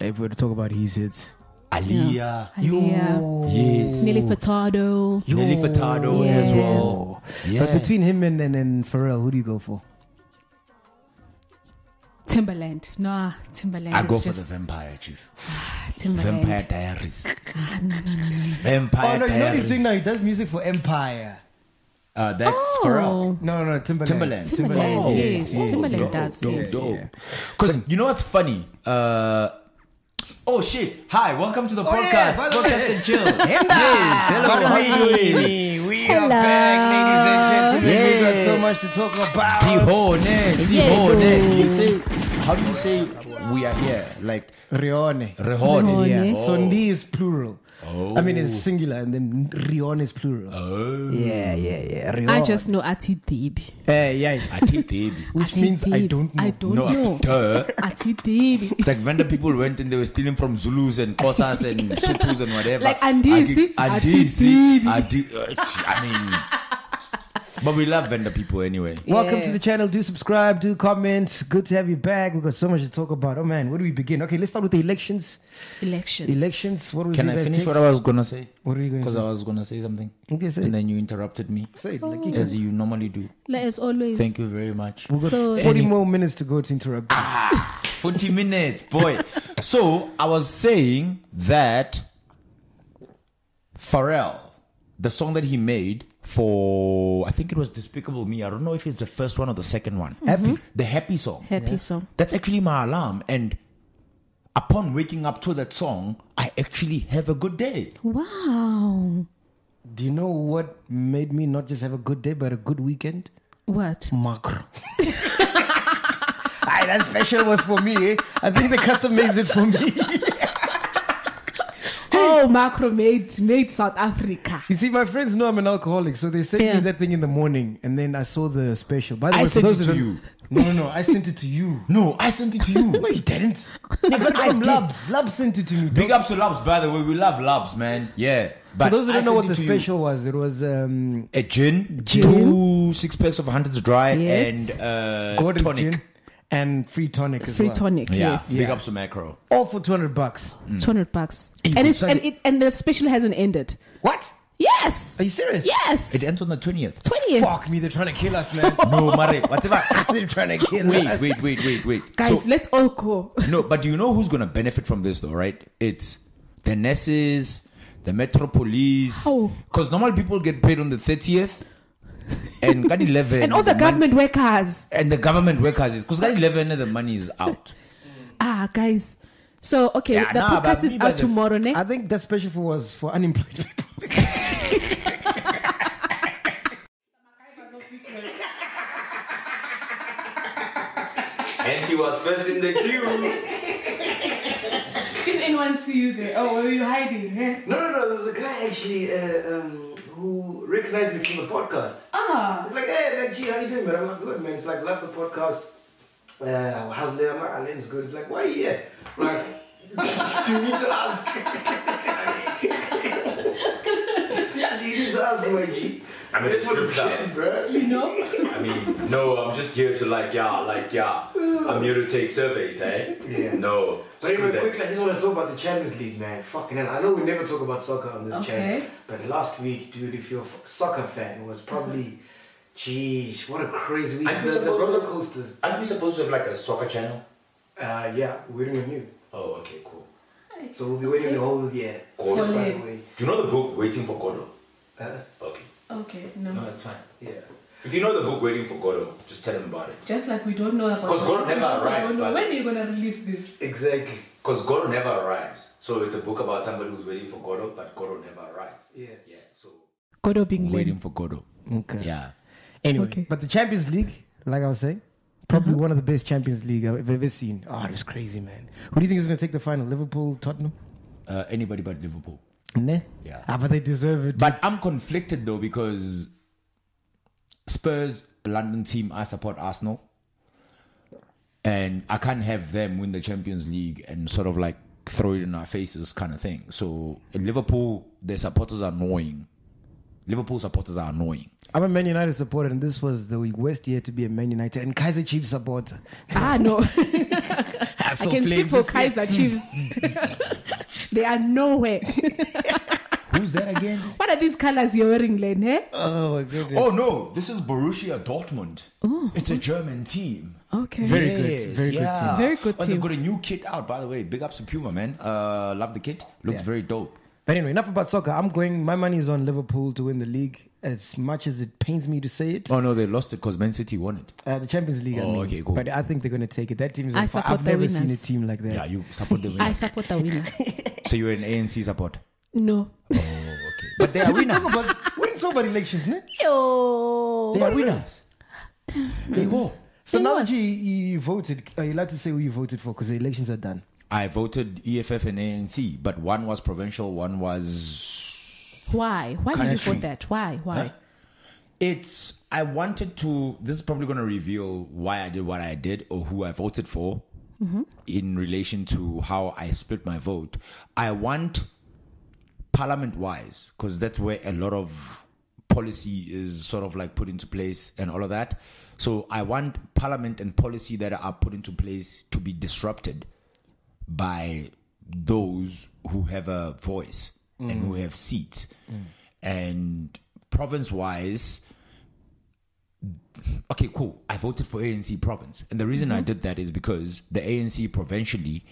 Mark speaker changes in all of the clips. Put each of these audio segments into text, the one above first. Speaker 1: if we were to talk about his hits.
Speaker 2: Aliyah.
Speaker 3: Aaliyah,
Speaker 1: Oh.
Speaker 2: Yes.
Speaker 3: Nelly Furtado.
Speaker 2: Nelly Furtado
Speaker 3: Yeah.
Speaker 2: as well.
Speaker 1: Oh,
Speaker 2: Yeah.
Speaker 1: But between him and, and, and Pharrell, who do you go for?
Speaker 3: Timberland. Nah, Timberland.
Speaker 2: I
Speaker 3: is
Speaker 2: go for the
Speaker 3: just
Speaker 2: vampire chief.
Speaker 3: Timberland.
Speaker 2: Vampire Diaries. Vampire
Speaker 1: Oh, no, you know what
Speaker 2: Diaries.
Speaker 1: he's doing now? He does music for Empire.
Speaker 2: Uh, that's
Speaker 3: Oh.
Speaker 2: Pharrell.
Speaker 1: No, no, no,
Speaker 2: Timberland.
Speaker 3: Timberland,
Speaker 2: Oh,
Speaker 3: yes.
Speaker 2: yes,
Speaker 3: Timberland
Speaker 2: dope,
Speaker 3: does,
Speaker 2: dope,
Speaker 3: yes.
Speaker 2: dope. Because you know what's funny? Uh, oh shit! Hi, welcome to the
Speaker 1: Oh, yeah,
Speaker 2: podcast.
Speaker 1: by the way.
Speaker 2: podcast and chill. yes, hello. How are you doing?
Speaker 1: We are back, ladies and gentlemen. we got
Speaker 2: Yeah.
Speaker 1: so much to talk about.
Speaker 2: Tihone,
Speaker 3: Yeah.
Speaker 2: Tihone. You say how do you say we are here? Like Oh.
Speaker 1: Rione.
Speaker 2: Rehone.
Speaker 1: Yeah.
Speaker 3: Rione.
Speaker 1: So ni is plural. I mean,
Speaker 2: Oh.
Speaker 1: it's singular, and then Rione is plural.
Speaker 2: uh,
Speaker 1: Yeah, yeah, yeah. Rione.
Speaker 3: I just know Ati Debi.
Speaker 1: Eh, yeah.
Speaker 2: Ati Debi.
Speaker 1: Which
Speaker 3: Ati
Speaker 1: means I
Speaker 3: Debi.
Speaker 1: don't know.
Speaker 3: I don't
Speaker 2: No,
Speaker 3: know.
Speaker 2: duh.
Speaker 3: Ati Debi.
Speaker 2: It's like when the people went and they were stealing from Zulus and Xhosas and Sotus and whatever.
Speaker 3: Like Andisi,
Speaker 2: Andisi, Andi. uh, I mean, but we love vendor people anyway.
Speaker 1: Welcome to the channel. Do subscribe, do comment. Good to have you back. We've got so much to talk about. Oh, man, where do we begin? Okay, let's start with the elections.
Speaker 3: Elections.
Speaker 1: Elections. What was
Speaker 2: Can
Speaker 1: you
Speaker 2: I
Speaker 1: guys
Speaker 2: finish
Speaker 1: take?
Speaker 2: what I was gonna say?
Speaker 1: What are you gonna
Speaker 2: Because
Speaker 1: say?
Speaker 2: I was gonna say something.
Speaker 1: Okay, say it.
Speaker 2: And then you interrupted me,
Speaker 1: Say it,
Speaker 3: Oh,
Speaker 1: like, you
Speaker 2: as you normally do.
Speaker 3: Like as always.
Speaker 2: Thank you very much.
Speaker 1: We've got
Speaker 3: So-
Speaker 1: 40 more minutes to go to interrupt. you.
Speaker 2: Forty minutes, boy. so I was saying that Pharrell, the song that he made for, I think it was "Despicable Me." I don't know if it's the first one or the second one. Happy, the happy song.
Speaker 3: Mm-hmm. Happy song.
Speaker 2: That's actually my alarm. And upon waking up to that song, I actually have a good day.
Speaker 3: Wow.
Speaker 1: Do you know what made me not just have a good day, but a good weekend?
Speaker 3: What?
Speaker 1: Macro. Aye, that special was for me. Eh? I think the custom makes it for me.
Speaker 3: Oh, Macro made made South Africa.
Speaker 1: you see, my friends know I'm an alcoholic, so they sent me
Speaker 3: Yeah.
Speaker 1: that thing in the morning, and then I saw the special. By the
Speaker 2: I
Speaker 1: way, for
Speaker 2: sent
Speaker 1: those
Speaker 2: it
Speaker 1: who
Speaker 2: to
Speaker 1: don't-
Speaker 2: you.
Speaker 1: No, no, no. I sent it to you.
Speaker 2: No, I sent it to you.
Speaker 1: No, you didn't. I got it from Labs. Labs sent it to me.
Speaker 2: Big ups to Labs, by the way. We love Labs, man. Yeah. But
Speaker 1: For those who
Speaker 2: I
Speaker 1: don't know
Speaker 2: sent
Speaker 1: what
Speaker 2: it
Speaker 1: the
Speaker 2: to you.
Speaker 1: special was, it was um,
Speaker 2: a gin,
Speaker 3: Gin.
Speaker 2: two six packs of hundreds dry,
Speaker 3: Yes.
Speaker 2: and uh,
Speaker 1: Gordon's
Speaker 2: tonic.
Speaker 1: gin and free tonic as
Speaker 3: Free
Speaker 1: well.
Speaker 3: tonic,
Speaker 2: Yeah,
Speaker 3: yes.
Speaker 2: big ups to Macro.
Speaker 1: All for 200 bucks.
Speaker 3: Two hundred bucks.
Speaker 2: Hey,
Speaker 3: and it's
Speaker 2: Sunday-
Speaker 3: and it and the special hasn't ended.
Speaker 1: What?
Speaker 3: Yes.
Speaker 1: Are you serious?
Speaker 3: Yes.
Speaker 2: It ends on the twentieth.
Speaker 3: Twentieth.
Speaker 1: Fuck me, they're trying to kill us, man.
Speaker 2: No, Mare, whatever.
Speaker 1: they're trying to kill us.
Speaker 2: Wait, wait, wait, wait, wait.
Speaker 3: Guys,
Speaker 2: So-
Speaker 3: let's all go.
Speaker 2: no, but do you know who's gonna benefit from this though, right? It's the nurses, the metro police.
Speaker 3: How?
Speaker 2: Because normal people get paid on the thirtieth, and got eleven,
Speaker 3: And all the
Speaker 2: mon-
Speaker 3: government workers.
Speaker 2: and the government workers is because got eleven, and the money is out.
Speaker 3: Ah, guys. So okay,
Speaker 2: Yeah,
Speaker 3: the
Speaker 2: nah, but
Speaker 3: podcast is
Speaker 2: me, but
Speaker 3: out
Speaker 2: the-
Speaker 3: tomorrow, ne?
Speaker 1: I think that special for was for unemployed people.
Speaker 2: And she was first in the queue.
Speaker 3: Did anyone see you there? Oh, were you hiding? eh?
Speaker 4: No, no, no. There's a guy actually uh, um, who recognized me from the podcast.
Speaker 3: Ah.
Speaker 4: It's like, hey, man, G, how you doing, man? I'm like, good, man. It's like, love the podcast. Uh, how's Lynn? I'm like, ah, Lynn's good. It's like, why are you here? I'm like, Do you need to ask? yeah, do you need to ask, my G?
Speaker 5: I mean, it's
Speaker 4: For the
Speaker 5: true, that-
Speaker 4: kid, bro.
Speaker 5: I mean, no, I'm just here to like, yeah, like, yeah. I'm here to take surveys, eh?
Speaker 4: Yeah.
Speaker 5: No.
Speaker 4: Very, very
Speaker 5: screw that.
Speaker 4: quickly, I just want to talk about the Champions League, man. Fucking hell. I know we never talk about soccer on this
Speaker 3: Okay.
Speaker 4: channel. But last week, dude, if you're a f- soccer fan, it was probably. Jeez, what a crazy week.
Speaker 5: And
Speaker 4: The,
Speaker 5: we're
Speaker 4: the
Speaker 5: supposed to-
Speaker 4: roller coasters.
Speaker 5: Aren't we supposed to have like a soccer channel?
Speaker 4: Uh, yeah, we're doing a new.
Speaker 5: Oh, okay, cool.
Speaker 4: So we'll be waiting the whole year.
Speaker 5: Cool.
Speaker 4: Just by the
Speaker 3: Cool.
Speaker 4: way.
Speaker 5: Do you know the book Waiting for Godot?
Speaker 4: Uh,
Speaker 5: Okay.
Speaker 3: Okay, no.
Speaker 5: that's fine.
Speaker 4: yeah.
Speaker 5: If you know the book Waiting for Godot, just tell them about it.
Speaker 3: Just like we don't know about.
Speaker 5: 'Cause God never
Speaker 3: because we
Speaker 5: arrives,
Speaker 3: don't know
Speaker 5: but-
Speaker 3: When are you gonna release this?
Speaker 4: Exactly.
Speaker 5: Because Godot never arrives. So it's a book about somebody who's waiting for Godot, but Godot never arrives.
Speaker 4: Yeah.
Speaker 5: Yeah, so.
Speaker 3: Godo being
Speaker 2: Waiting for Godo.
Speaker 1: Okay.
Speaker 2: Yeah.
Speaker 1: Anyway,
Speaker 3: Okay.
Speaker 1: but the Champions League, like I was saying, probably one of the best Champions League I've ever seen. Oh, it was crazy, man. Who do you think is going to take the final? Liverpool, Tottenham?
Speaker 2: Uh, anybody but Liverpool.
Speaker 1: Nah.
Speaker 2: Yeah.
Speaker 1: Ah, but they deserve it.
Speaker 2: But I'm conflicted though because Spurs, London team, I support Arsenal. And I can't have them win the Champions League and sort of like throw it in our faces kind of thing. So in Liverpool, their supporters are annoying. Liverpool supporters are annoying.
Speaker 1: I'm a Man United supporter, and this was the worst year to be a Man United and Kaiser Chiefs supporter.
Speaker 3: Ah no.
Speaker 1: I
Speaker 3: I can speak for Kaiser Chiefs. they are nowhere.
Speaker 2: Who's that again?
Speaker 3: what are these colors you're wearing, Len? Eh?
Speaker 1: Oh, my goodness.
Speaker 2: oh no, this is Borussia Dortmund. It's a German team.
Speaker 3: Okay.
Speaker 1: Very good. Very good team.
Speaker 2: yeah.
Speaker 3: Very good
Speaker 2: Oh, they've
Speaker 3: team.
Speaker 2: got a new kit out, by the way. Big ups to Puma, man. Uh, love the kit. Looks very dope.
Speaker 1: But anyway, enough about soccer. I'm going, my money is on Liverpool to win the league, as much as it pains me to say it.
Speaker 2: Oh no, they lost it because Man City won it.
Speaker 1: Uh, the Champions League, I
Speaker 2: Oh,
Speaker 1: mean.
Speaker 2: okay, cool.
Speaker 1: But I think they're going to take it. That team is on
Speaker 3: I
Speaker 1: fire.
Speaker 3: support
Speaker 1: I've
Speaker 3: the
Speaker 1: never seen a
Speaker 3: winners.
Speaker 1: team like that.
Speaker 2: Yeah, you support the
Speaker 3: I
Speaker 2: winner.
Speaker 3: support the winner.
Speaker 2: so you're an ANC support.
Speaker 3: no.
Speaker 2: But they are
Speaker 1: We
Speaker 2: winners.
Speaker 1: talk about, we didn't talk about elections, ne?
Speaker 3: Yo.
Speaker 2: They are winners. They go.
Speaker 1: So now that you, you you voted, are you allowed to say who you voted for? Because the elections are done.
Speaker 2: I voted EFF and ANC, but one was provincial, one was.
Speaker 3: Why? Why did you
Speaker 2: Country.
Speaker 3: vote that? Why? Why?
Speaker 2: Huh? It's. I wanted to. This is probably going to reveal why I did what I did or who I voted for in relation to how I split my vote. I want parliament wise, because that's where a lot of policy is sort of like put into place and all of that. So I want parliament and policy that are put into place to be disrupted by those who have a voice and who have seats. And province wise, okay, cool. I voted for ANC province. And the reason
Speaker 3: Mm-hmm.
Speaker 2: I did that is because the ANC provincially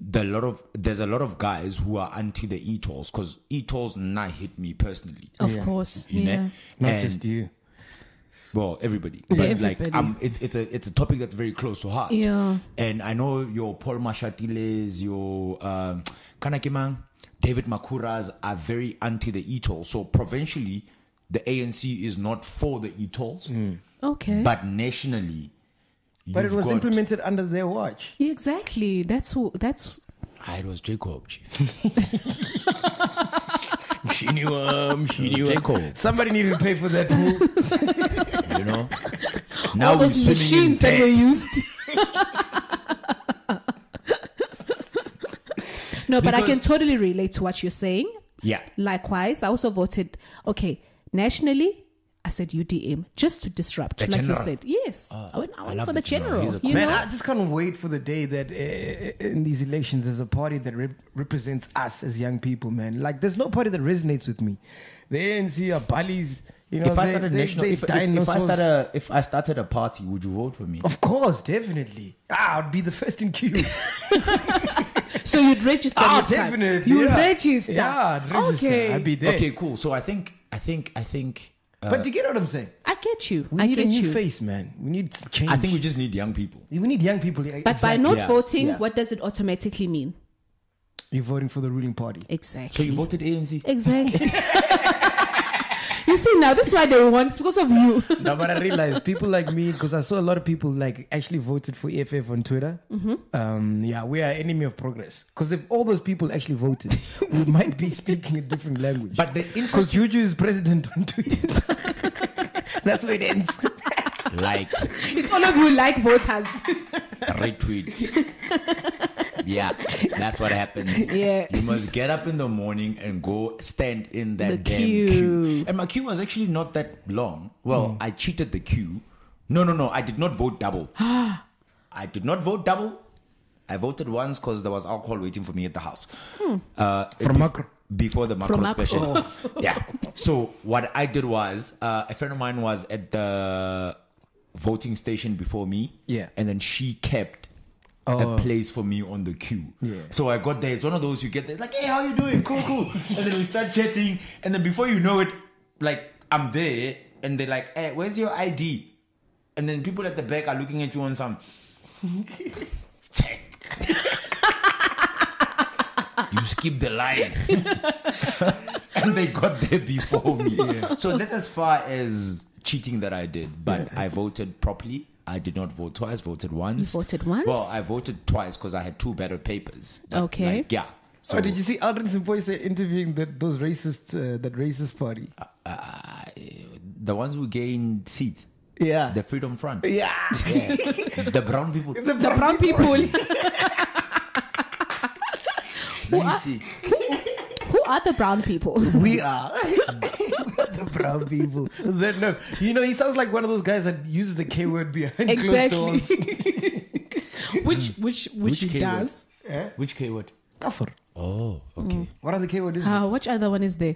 Speaker 2: the lot of there's a lot of guys who are anti the E e-tolls because e-tolls nah hit me personally.
Speaker 3: Of course.
Speaker 2: You know?
Speaker 3: Yeah.
Speaker 1: Not
Speaker 2: And-
Speaker 1: just you.
Speaker 2: well, everybody. But
Speaker 3: Everybody.
Speaker 2: like, um, it, it's a it's a topic that's very close to heart.
Speaker 3: Yeah.
Speaker 2: And I know your Paul Mashatiles, your um, Kanakimang, David Makuras are very anti the ETOL. So provincially, the ANC is not for the ETOLs,
Speaker 3: Okay.
Speaker 2: but nationally,
Speaker 1: But it
Speaker 2: you've
Speaker 1: was
Speaker 2: got-
Speaker 1: implemented under their watch.
Speaker 3: exactly. That's who. That's
Speaker 2: Ah, it was Jacob, chief.
Speaker 1: She knew him. She
Speaker 2: It was Jacob,
Speaker 1: Somebody needed to pay for that pool.
Speaker 2: you know. Now
Speaker 3: all
Speaker 2: we're
Speaker 3: those
Speaker 2: swimming in
Speaker 3: machines that were
Speaker 2: debt.
Speaker 3: used. no, but I can totally relate to what you're saying.
Speaker 2: Yeah.
Speaker 3: Likewise, I also voted. Okay, nationally, I said UDM just to disrupt,
Speaker 2: The
Speaker 3: like
Speaker 2: general. Ah,
Speaker 3: you said. Yes, I went, I went
Speaker 2: love
Speaker 3: for
Speaker 2: the
Speaker 3: the
Speaker 2: general.
Speaker 3: general.
Speaker 2: He's a
Speaker 3: you
Speaker 1: Man,
Speaker 3: know?
Speaker 1: I just can't wait for the day that uh, in these elections there's a party that rep- represents us as young people, man. Like, there's no party that resonates with me. The ANC are bullies. You know,
Speaker 2: If I
Speaker 1: they-
Speaker 2: started
Speaker 1: they-
Speaker 2: national,
Speaker 1: they
Speaker 2: if, if, if I
Speaker 1: dinosaurs.
Speaker 2: started a, if I started a party, would you vote for me?
Speaker 1: Of course, definitely. Ah, I'd be the first in queue.
Speaker 2: Uh,
Speaker 3: so you'd register.
Speaker 1: ah,
Speaker 3: next time.
Speaker 1: definitely.
Speaker 3: You
Speaker 1: yeah.
Speaker 3: register.
Speaker 1: Yeah, I'd register.
Speaker 3: Okay.
Speaker 1: I'd be there.
Speaker 2: Okay, cool. So I think, I think, I think, uh,
Speaker 1: But do you get what I'm saying?
Speaker 3: I get you.
Speaker 1: We
Speaker 3: I
Speaker 1: need
Speaker 3: get
Speaker 1: a new
Speaker 3: you.
Speaker 1: face, man. We need s- change.
Speaker 2: I think we just need young people.
Speaker 1: we need young people. eh,
Speaker 3: But by not
Speaker 2: Yeah.
Speaker 3: voting,
Speaker 2: Yeah.
Speaker 3: what does it automatically mean?
Speaker 1: you're voting for the ruling party.
Speaker 2: So
Speaker 3: Exactly.
Speaker 2: you voted ANC?
Speaker 3: Exactly. you see now, this is why they want. It's because of you.
Speaker 1: no, but I realized people like me, because I saw a lot of people like actually voted for EFF on Twitter.
Speaker 3: Mm-hmm.
Speaker 1: Um, yeah, we are enemy of progress. Because if all those people actually voted, we might be speaking a different language.
Speaker 2: But the
Speaker 1: because Juju is president on Twitter, that's where it ends.
Speaker 2: like,
Speaker 3: it's all of you like voters.
Speaker 2: retweet. Yeah, that's what happens.
Speaker 3: Yeah.
Speaker 2: You must get up in the morning and go stand in that
Speaker 3: The
Speaker 2: damn
Speaker 3: queue. Hmm.
Speaker 2: queue. And my queue was actually not that long. Well, I cheated the queue. No, no, no. I did not vote double.
Speaker 3: Ah.
Speaker 2: I did not vote double. I voted once because there was alcohol waiting for me at the house. Uh,
Speaker 1: From Macro.
Speaker 2: Before the macro
Speaker 3: Hmm. From Macro. Oh.
Speaker 2: special. yeah. So what I did was uh, a friend of mine was at the voting station before me.
Speaker 1: Yeah.
Speaker 2: And then she kept
Speaker 1: Oh.
Speaker 2: a place for me on the queue.
Speaker 1: Yeah.
Speaker 2: So I got there. It's one of those you get there, like, hey, how you doing? Cool, cool. and then we start chatting. And then before you know it, like I'm there, and they're like, hey, where's your ID? And then people at the back are looking at you on some check. you skip the line. and they got there before me. So that's as far as cheating that I did. But I voted properly. I did not vote twice, voted once.
Speaker 3: voted once?
Speaker 2: Well, I voted twice because I had two better papers. But,
Speaker 3: Okay.
Speaker 2: like, yeah. So
Speaker 1: Oh, did you see Aldrin Simpoise interviewing that those racist uh, that racist party?
Speaker 2: uh, the ones who gained seats,
Speaker 1: Yeah.
Speaker 2: the Freedom Front,
Speaker 1: yeah.
Speaker 2: the brown people.
Speaker 1: The
Speaker 3: The brown people.
Speaker 2: Let me see.
Speaker 3: Who are the brown people?
Speaker 1: We are the brown people. Then no, you know, he sounds like one of those guys that uses the K word behind
Speaker 3: exactly.
Speaker 1: closed doors.
Speaker 3: which which which,
Speaker 2: K
Speaker 3: he
Speaker 2: word?
Speaker 3: does.
Speaker 2: Which K word?
Speaker 1: Kafir.
Speaker 2: Oh,
Speaker 3: Mm.
Speaker 2: okay.
Speaker 1: What are the K word? is it?
Speaker 3: Uh, which other one is there?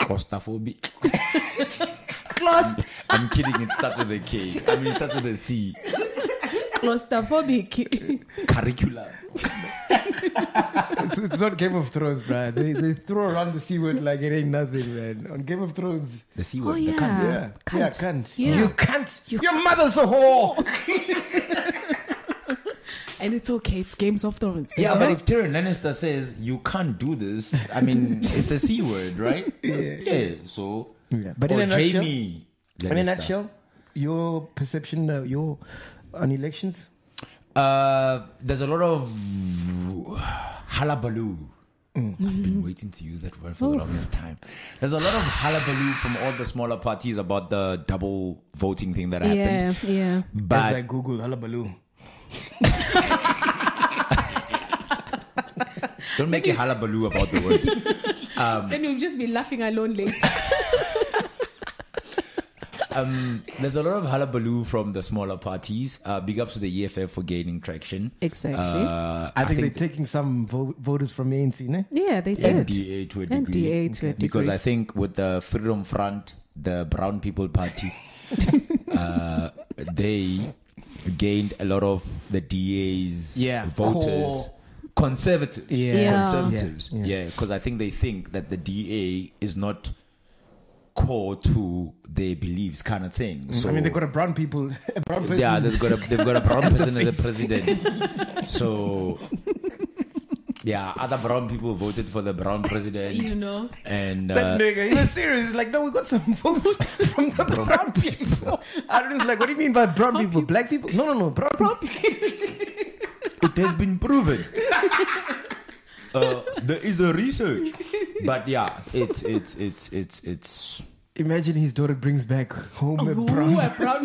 Speaker 2: Claustrophobic.
Speaker 3: Claust
Speaker 2: I'm kidding. It starts with a K. I mean, it starts with a C.
Speaker 3: claustrophobic.
Speaker 2: Curriculum.
Speaker 1: It's, it's not Game of Thrones, bruh. They, they throw around the C word like it ain't nothing, man. On Game of Thrones.
Speaker 2: The C
Speaker 3: oh
Speaker 2: word.
Speaker 3: yeah.
Speaker 2: The cunt.
Speaker 1: Yeah.
Speaker 3: Cunt.
Speaker 1: Yeah, cunt.
Speaker 3: Yeah.
Speaker 1: You can't. Your mother's a whore.
Speaker 3: and it's okay. It's Games of Thrones.
Speaker 2: Yeah, but if Tyrion Lannister says you can't do this, I mean, it's a C word, right? Yeah. so.
Speaker 1: Yeah, but in
Speaker 2: or
Speaker 1: a nutshell-
Speaker 2: Jamie.
Speaker 1: In a nutshell, your perception, uh, your on elections.
Speaker 2: Uh, there's a lot of hullabaloo. I've been waiting to use that word for the longest time. There's a lot of hullabaloo from all the smaller parties about the double voting thing that
Speaker 3: Yeah,
Speaker 2: happened.
Speaker 3: yeah.
Speaker 2: But
Speaker 1: As I Google hullabaloo.
Speaker 2: don't make a hullabaloo about the word.
Speaker 3: Then you'll just be laughing alone later.
Speaker 2: um, there's a lot of hullabaloo from the smaller parties. Uh, big ups to the EFF for gaining traction.
Speaker 3: Exactly.
Speaker 2: Uh,
Speaker 1: I, think, they're taking some vo- voters from the ANC, ne?
Speaker 3: yeah, they did.
Speaker 2: NDA to a degree.
Speaker 3: NDA to a degree.
Speaker 2: Because I think with the Freedom Front, the Brown People Party, uh, they gained a lot of the DA's
Speaker 1: Yeah.
Speaker 2: voters.
Speaker 1: Core-
Speaker 2: Conservatives.
Speaker 1: Yeah.
Speaker 3: Yeah.
Speaker 2: Conservatives.
Speaker 1: Yeah.
Speaker 2: Yeah, because I think they think that the DA is not core to their beliefs kind of thing. So
Speaker 1: I mean, they got a brown people, a brown person.
Speaker 2: yeah, they've got a they've got a brown person as a president. So yeah, other brown people voted for the brown president.
Speaker 3: You know.
Speaker 2: and uh,
Speaker 1: that nigga, he was serious. He's like, no, we got some votes from the brown people. Arun's like, what do you mean by brown people? Black people? No, no, no, brown, people.
Speaker 2: it has been proven. uh, there is a research, but yeah, it's it's it's it's it's
Speaker 1: Imagine his daughter brings back home a brown.
Speaker 3: Ooh, a brown.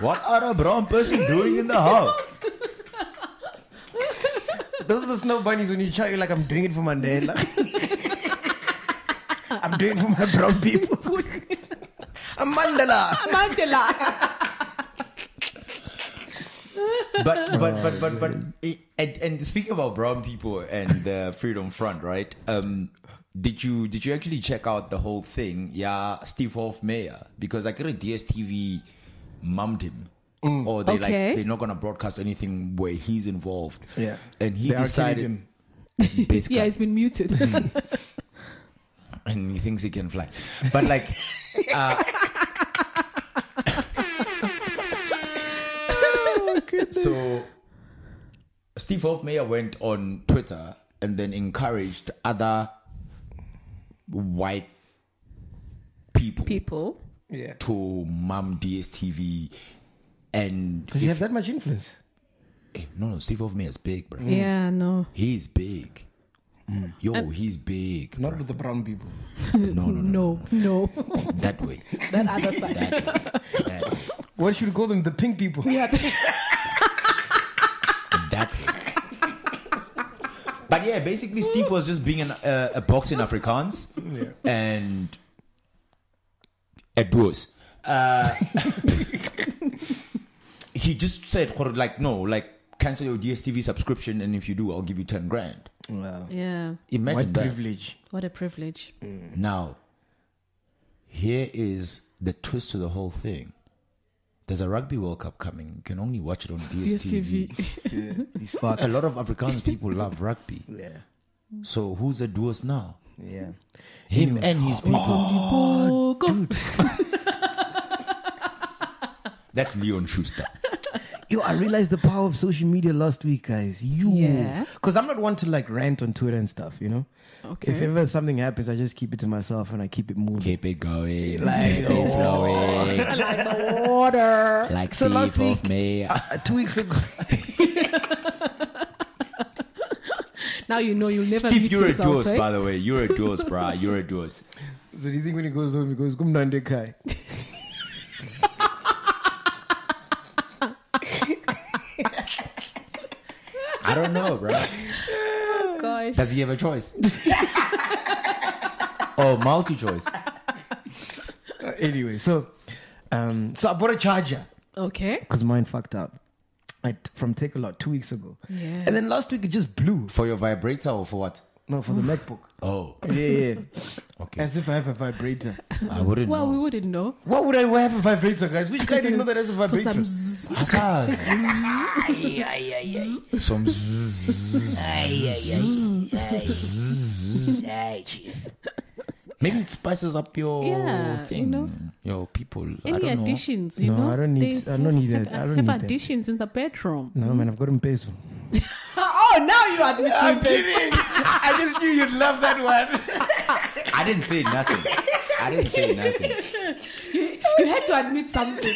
Speaker 2: what are a brown person doing in the house?
Speaker 1: Those are the snow bunnies when you shout, you're like, I'm doing it for Mandela. I'm doing it for my brown people. I'm Mandela.
Speaker 3: Mandela.
Speaker 2: But but but but but it- and and speaking about brown people and the Freedom Front, right? Um, did you did you actually check out the whole thing? Yeah, Steve Hoff Mayer because I get a DSTV mummed him.
Speaker 1: Mm.
Speaker 2: Or they
Speaker 3: Okay.
Speaker 2: like they're not gonna broadcast anything where he's involved.
Speaker 1: Yeah.
Speaker 2: and he
Speaker 1: They are killing
Speaker 2: decided
Speaker 1: him.
Speaker 2: basically,
Speaker 3: yeah, it's been muted.
Speaker 2: and he thinks he can fly. But like, uh, so Steve Hofmeyer went on Twitter and then encouraged other white people,
Speaker 3: People.
Speaker 1: Yeah.
Speaker 2: to mum DSTV. And
Speaker 1: Does he have that much influence?
Speaker 2: eh, no, no, Steve Hofmeyer is big, bro.
Speaker 3: Yeah, Mm. no.
Speaker 2: He's big. Yo, he's big.
Speaker 1: Not
Speaker 2: bruh.
Speaker 1: with the brown people.
Speaker 2: no, no, no,
Speaker 3: No, no.
Speaker 2: that way.
Speaker 3: that other side.
Speaker 2: That way. That way.
Speaker 1: What should we call them? The pink people.
Speaker 3: Yeah.
Speaker 2: that But yeah, basically, Steve was just being an, uh, a box in Afrikaans and a duos. Uh, he just said, "Gore, like, no, like, cancel your DSTV subscription, and if you do, I'll give you 10 grand.
Speaker 3: Yeah.
Speaker 2: Imagine
Speaker 1: White
Speaker 2: that.
Speaker 1: privilege.
Speaker 3: What a privilege.
Speaker 2: Now, here is the twist to the whole thing. There's a Rugby World Cup coming. You can only watch it on DSTV.
Speaker 1: He's fucked.
Speaker 2: A lot of Afrikaans people love rugby.
Speaker 1: Yeah.
Speaker 2: So who's the duos now?
Speaker 1: Yeah.
Speaker 2: Him and his people. That's Leon Schuster.
Speaker 1: Yo, I realized the power of social media last week, guys. You,
Speaker 3: Yeah.
Speaker 1: because I'm not one to like rant on Twitter and stuff, you know.
Speaker 3: Okay.
Speaker 1: If ever something happens, I just keep it to myself and I keep it moving.
Speaker 2: Keep it going.
Speaker 1: Like
Speaker 2: keep
Speaker 1: the
Speaker 2: it flowing.
Speaker 1: Like the water.
Speaker 2: Like
Speaker 1: so last
Speaker 2: Steve
Speaker 1: week,
Speaker 2: of me.
Speaker 1: uh, two weeks ago,
Speaker 3: Now you know you'll never
Speaker 2: Steve,
Speaker 3: meet
Speaker 2: you're a
Speaker 3: yourself.
Speaker 2: duos,
Speaker 3: eh?
Speaker 2: by the way. You're a duos, bruh. You're a duos.
Speaker 1: so do you think when he goes home, he goes "Kumnande kai"?
Speaker 2: I don't know, bruh.
Speaker 3: Gosh.
Speaker 2: Does he have a choice? oh, multi choice.
Speaker 1: Uh, anyway, so, um, so I bought a charger.
Speaker 3: Okay.
Speaker 1: because mine fucked up at, from Take a Lot two weeks ago.
Speaker 3: Yeah.
Speaker 1: And then last week it just blew.
Speaker 2: For your vibrator or for what?
Speaker 1: No, for the MacBook.
Speaker 2: Oh,
Speaker 1: Yeah, yeah.
Speaker 2: okay.
Speaker 1: As if I have a vibrator.
Speaker 2: I wouldn't
Speaker 3: Well, we
Speaker 2: know.
Speaker 3: wouldn't know.
Speaker 1: What would I have a vibrator, guys? Which guy didn't know that has a
Speaker 3: For
Speaker 1: vibrator?
Speaker 3: some zzz.
Speaker 2: Asas. Some zzz. Zzz. Maybe it spices up your
Speaker 3: Yeah, you
Speaker 2: thing,
Speaker 3: know.
Speaker 2: your people. I
Speaker 3: Any
Speaker 2: don't
Speaker 3: additions, you
Speaker 1: No,
Speaker 3: know?
Speaker 1: I don't need- I don't need that. I don't
Speaker 3: have
Speaker 1: need that.
Speaker 3: additions in the bedroom.
Speaker 1: no, man, I've got him peso.
Speaker 3: oh, now you admit to it.
Speaker 2: I just knew you'd love that one. I didn't say nothing. I didn't say nothing.
Speaker 3: You had to admit something.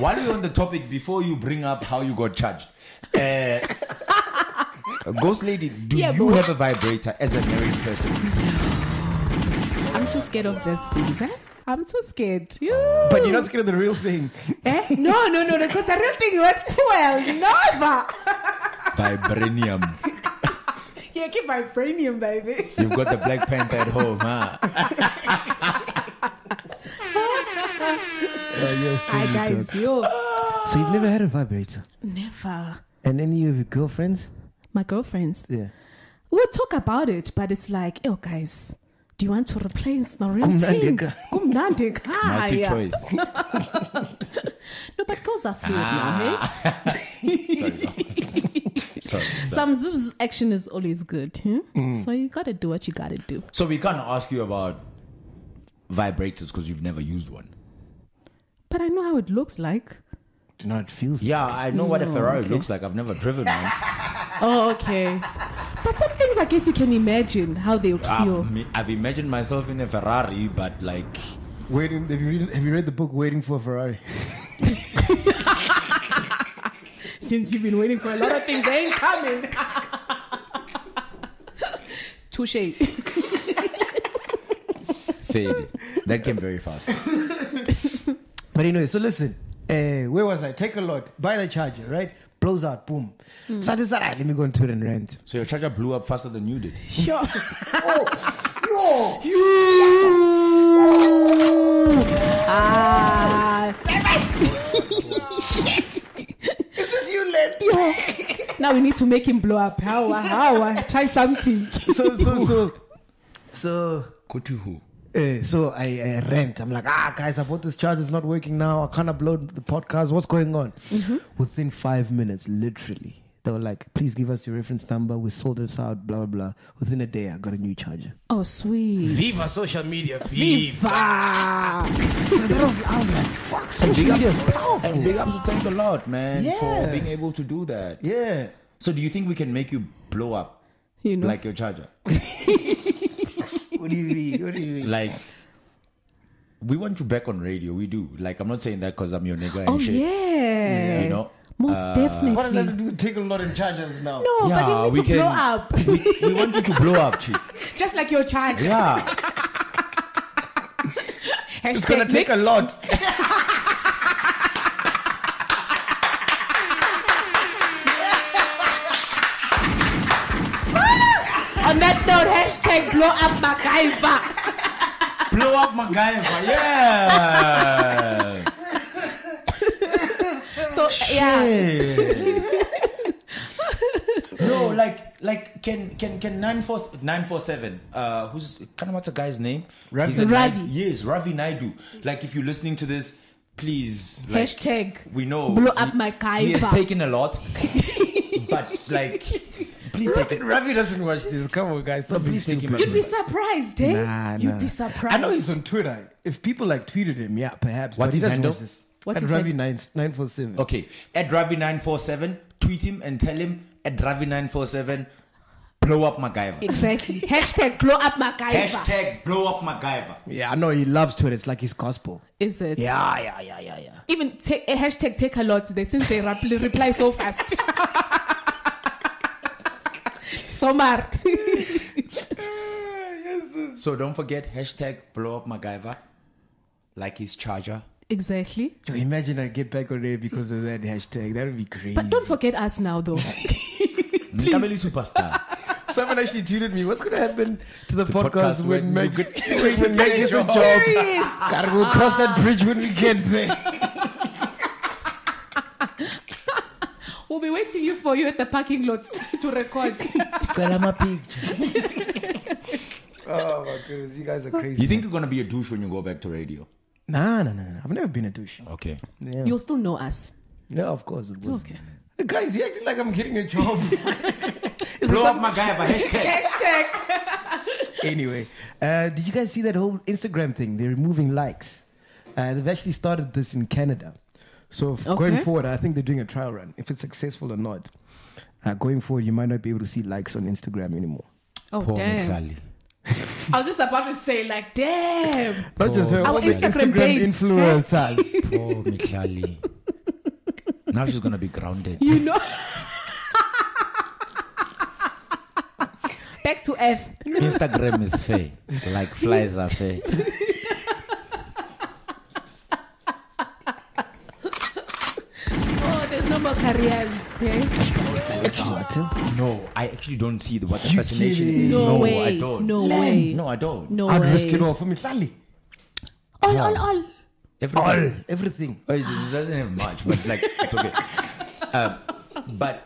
Speaker 2: While we're on the topic, before you bring up how you got charged, uh, Ghost Lady, do
Speaker 3: Yeah,
Speaker 2: you
Speaker 3: but-
Speaker 2: have a vibrator as a married person?
Speaker 3: I'm too scared of those things, eh? I'm too scared. You-
Speaker 1: But you're not scared of the real thing.
Speaker 3: eh? No, no, no, because I don't think it works too well. Never.
Speaker 2: Vibranium.
Speaker 3: Yeah, keep vibranium, baby.
Speaker 2: You've got the Black Panther at home, huh?
Speaker 1: Ah, Uh,
Speaker 3: Hi, guys. Yo.
Speaker 1: So you've never had a vibrator?
Speaker 3: Never.
Speaker 1: And any of your girlfriends?
Speaker 3: My girlfriends,
Speaker 1: Yeah.
Speaker 3: we'll talk about it, but it's like, oh, guys, do you want to replace the real
Speaker 1: Kumnandi
Speaker 3: thing?
Speaker 1: ka.
Speaker 3: Kumnandi ka,
Speaker 2: Multi
Speaker 3: yeah.
Speaker 2: choice.
Speaker 3: No, but girls are fluid now, hey?
Speaker 2: Ah. Sorry. Mm.
Speaker 3: Some zzzz action is always good. Hmm? So you gotta do what you gotta do.
Speaker 2: So we can't ask you about vibrators because you've never used one.
Speaker 3: But I know how it looks like.
Speaker 1: Do you know how it feels?
Speaker 2: Yeah, I know
Speaker 1: Mm,
Speaker 2: what a Ferrari looks like. I've never driven one.
Speaker 3: Oh, okay. But some things I guess you can imagine how they would feel.
Speaker 2: I've, me- I've imagined myself in a Ferrari, but like
Speaker 1: Waiting. Have you, read, have you read the book Waiting for a Ferrari?
Speaker 3: Since you've been waiting for a lot of things, they ain't coming. Touche.
Speaker 2: fade. That came very fast.
Speaker 1: But anyway, so listen, uh, where was I? Take a lot, buy the charger, right? Blows out, boom. So I decided, "Ah, let me go on Twitter and rant.
Speaker 2: So your charger blew up faster than you did.
Speaker 3: Oh, Ah. Damn it! Shit! Is this you, Len? Now we need to make him blow up. How? How? Try something.
Speaker 1: So, so, so, so,
Speaker 2: Go to who?
Speaker 1: uh, so I, I rant. I'm like, ah, guys, I bought this charger, it's not working now. I can't upload the podcast. What's going on? Within five minutes, literally, they were like, please give us your reference number. We sold this out, blah, blah, blah. Within a day, I got a new charger.
Speaker 3: Oh, sweet.
Speaker 4: Viva social media.
Speaker 1: so that was, I was like, fuck, social
Speaker 2: big up-
Speaker 1: media is powerful.
Speaker 2: And big ups to Thank a Lot, man, for
Speaker 1: Yeah.
Speaker 2: being able to do that.
Speaker 1: yeah.
Speaker 2: So do you think we can make you blow up
Speaker 3: You know.
Speaker 2: like your charger?
Speaker 1: What do you mean? What do you mean?
Speaker 2: like we want you back on radio. We do. Like I'm not saying that because I'm your nigga and
Speaker 3: oh
Speaker 2: shit.
Speaker 3: yeah.
Speaker 2: You know, uh,
Speaker 3: Most definitely.
Speaker 1: What does that have to do with take a lot in chargers now?
Speaker 3: no,
Speaker 2: Yeah,
Speaker 3: but you
Speaker 2: we
Speaker 3: need to blow
Speaker 2: can-
Speaker 3: up,
Speaker 2: we, we want you to blow up, chief.
Speaker 3: just like your charger.
Speaker 2: Yeah,
Speaker 3: Hashtag
Speaker 2: it's gonna take a lot.
Speaker 3: on that note, hashtag blow up MacGyver.
Speaker 2: Blow up MacGyver. Yeah.
Speaker 3: So yeah,
Speaker 2: no, like like can can can nine four nine four seven. Uh, who's kind of what's the guy's name?
Speaker 1: Ravi.
Speaker 2: He's a
Speaker 3: Ravi.
Speaker 2: Nai- yes, Ravi Naidu. Like if you're listening to this, please like,
Speaker 3: hashtag
Speaker 2: We know
Speaker 3: blow up
Speaker 2: he- He has
Speaker 3: MacGyver.
Speaker 2: taken a lot, but like please take it.
Speaker 1: Ravi doesn't watch this. Come on, guys. Stop being
Speaker 2: Please take him
Speaker 1: stupid.
Speaker 2: out.
Speaker 3: You'd be surprised, eh?
Speaker 1: Nah,
Speaker 3: You'd
Speaker 1: nah.
Speaker 3: be surprised.
Speaker 1: I know he's on Twitter. If people like tweeted him, yeah, perhaps.
Speaker 2: What's
Speaker 1: but he
Speaker 2: his
Speaker 1: doesn't
Speaker 2: handle?
Speaker 1: watch this.
Speaker 3: What's
Speaker 1: At
Speaker 3: his
Speaker 1: Ravi nine nine four seven.
Speaker 2: Okay, at Ravi nine four seven, tweet him and tell him at Ravi nine four seven, blow up MacGyver.
Speaker 3: Exactly. hashtag blow up MacGyver.
Speaker 2: Hashtag blow up MacGyver.
Speaker 1: Yeah, I know he loves Twitter. It's like his gospel.
Speaker 3: Is it?
Speaker 1: Yeah, yeah, yeah, yeah, yeah.
Speaker 3: Even take, eh, hashtag take a lot. They since they rap- reply so fast. Somar.
Speaker 2: So don't forget hashtag blow up MacGyver, like his charger.
Speaker 3: exactly.
Speaker 1: Yo, imagine I get back on there because of that hashtag. That would be crazy.
Speaker 3: But don't forget us now, though.
Speaker 2: Mtabeli superstar.
Speaker 1: Someone actually tweeted me. What's gonna happen to the,
Speaker 2: podcast
Speaker 1: podcast, when
Speaker 2: when
Speaker 1: Meg
Speaker 2: you
Speaker 1: when Meg gets a job?
Speaker 3: Serious.
Speaker 1: God, we'll cross that bridge when we get there.
Speaker 3: We'll be waiting you for you at the parking lot to, to record.
Speaker 1: Oh my goodness, you guys are crazy.
Speaker 2: You think you're gonna be a douche when you go back to radio?
Speaker 1: Nah, nah, nah, nah. I've never been a douche.
Speaker 2: Okay.
Speaker 3: You'll still know us.
Speaker 1: No, of course. It was.
Speaker 3: Okay.
Speaker 1: Guys, you acting like I'm getting a job.
Speaker 2: Blow up MacGyver hashtag.
Speaker 3: Hashtag.
Speaker 1: anyway, uh, did you guys see that whole Instagram thing? They're removing likes. Uh, they've actually started this in Canada. So if going
Speaker 3: Okay.
Speaker 1: forward, I think they're doing a trial run. If it's successful or not, uh, going forward, you might not be able to see likes on Instagram anymore.
Speaker 3: Oh,
Speaker 2: Poor Miss
Speaker 3: damn.
Speaker 2: Sally.
Speaker 3: I was just about to say, like, damn.
Speaker 1: Not just her,
Speaker 3: Our
Speaker 1: all the
Speaker 3: Instagram babes,
Speaker 1: influencers.
Speaker 2: Poor Michali. Oh, now she's gonna be grounded.
Speaker 3: You know. Back to F.
Speaker 2: Instagram is fair, like flies are fair.
Speaker 3: Oh, there's no more careers. eh?
Speaker 2: No, I actually don't see the, what the
Speaker 1: You
Speaker 2: fascination
Speaker 1: kidding.
Speaker 2: is.
Speaker 3: No,
Speaker 2: No,
Speaker 3: way.
Speaker 2: I don't.
Speaker 3: No way.
Speaker 2: No, I don't.
Speaker 3: No
Speaker 1: I'd
Speaker 3: way.
Speaker 1: risk it all for Mitlali.
Speaker 3: All, all, all.
Speaker 2: Everybody,
Speaker 1: Everything.
Speaker 2: Oh, it doesn't have much, but like it's okay. Um, but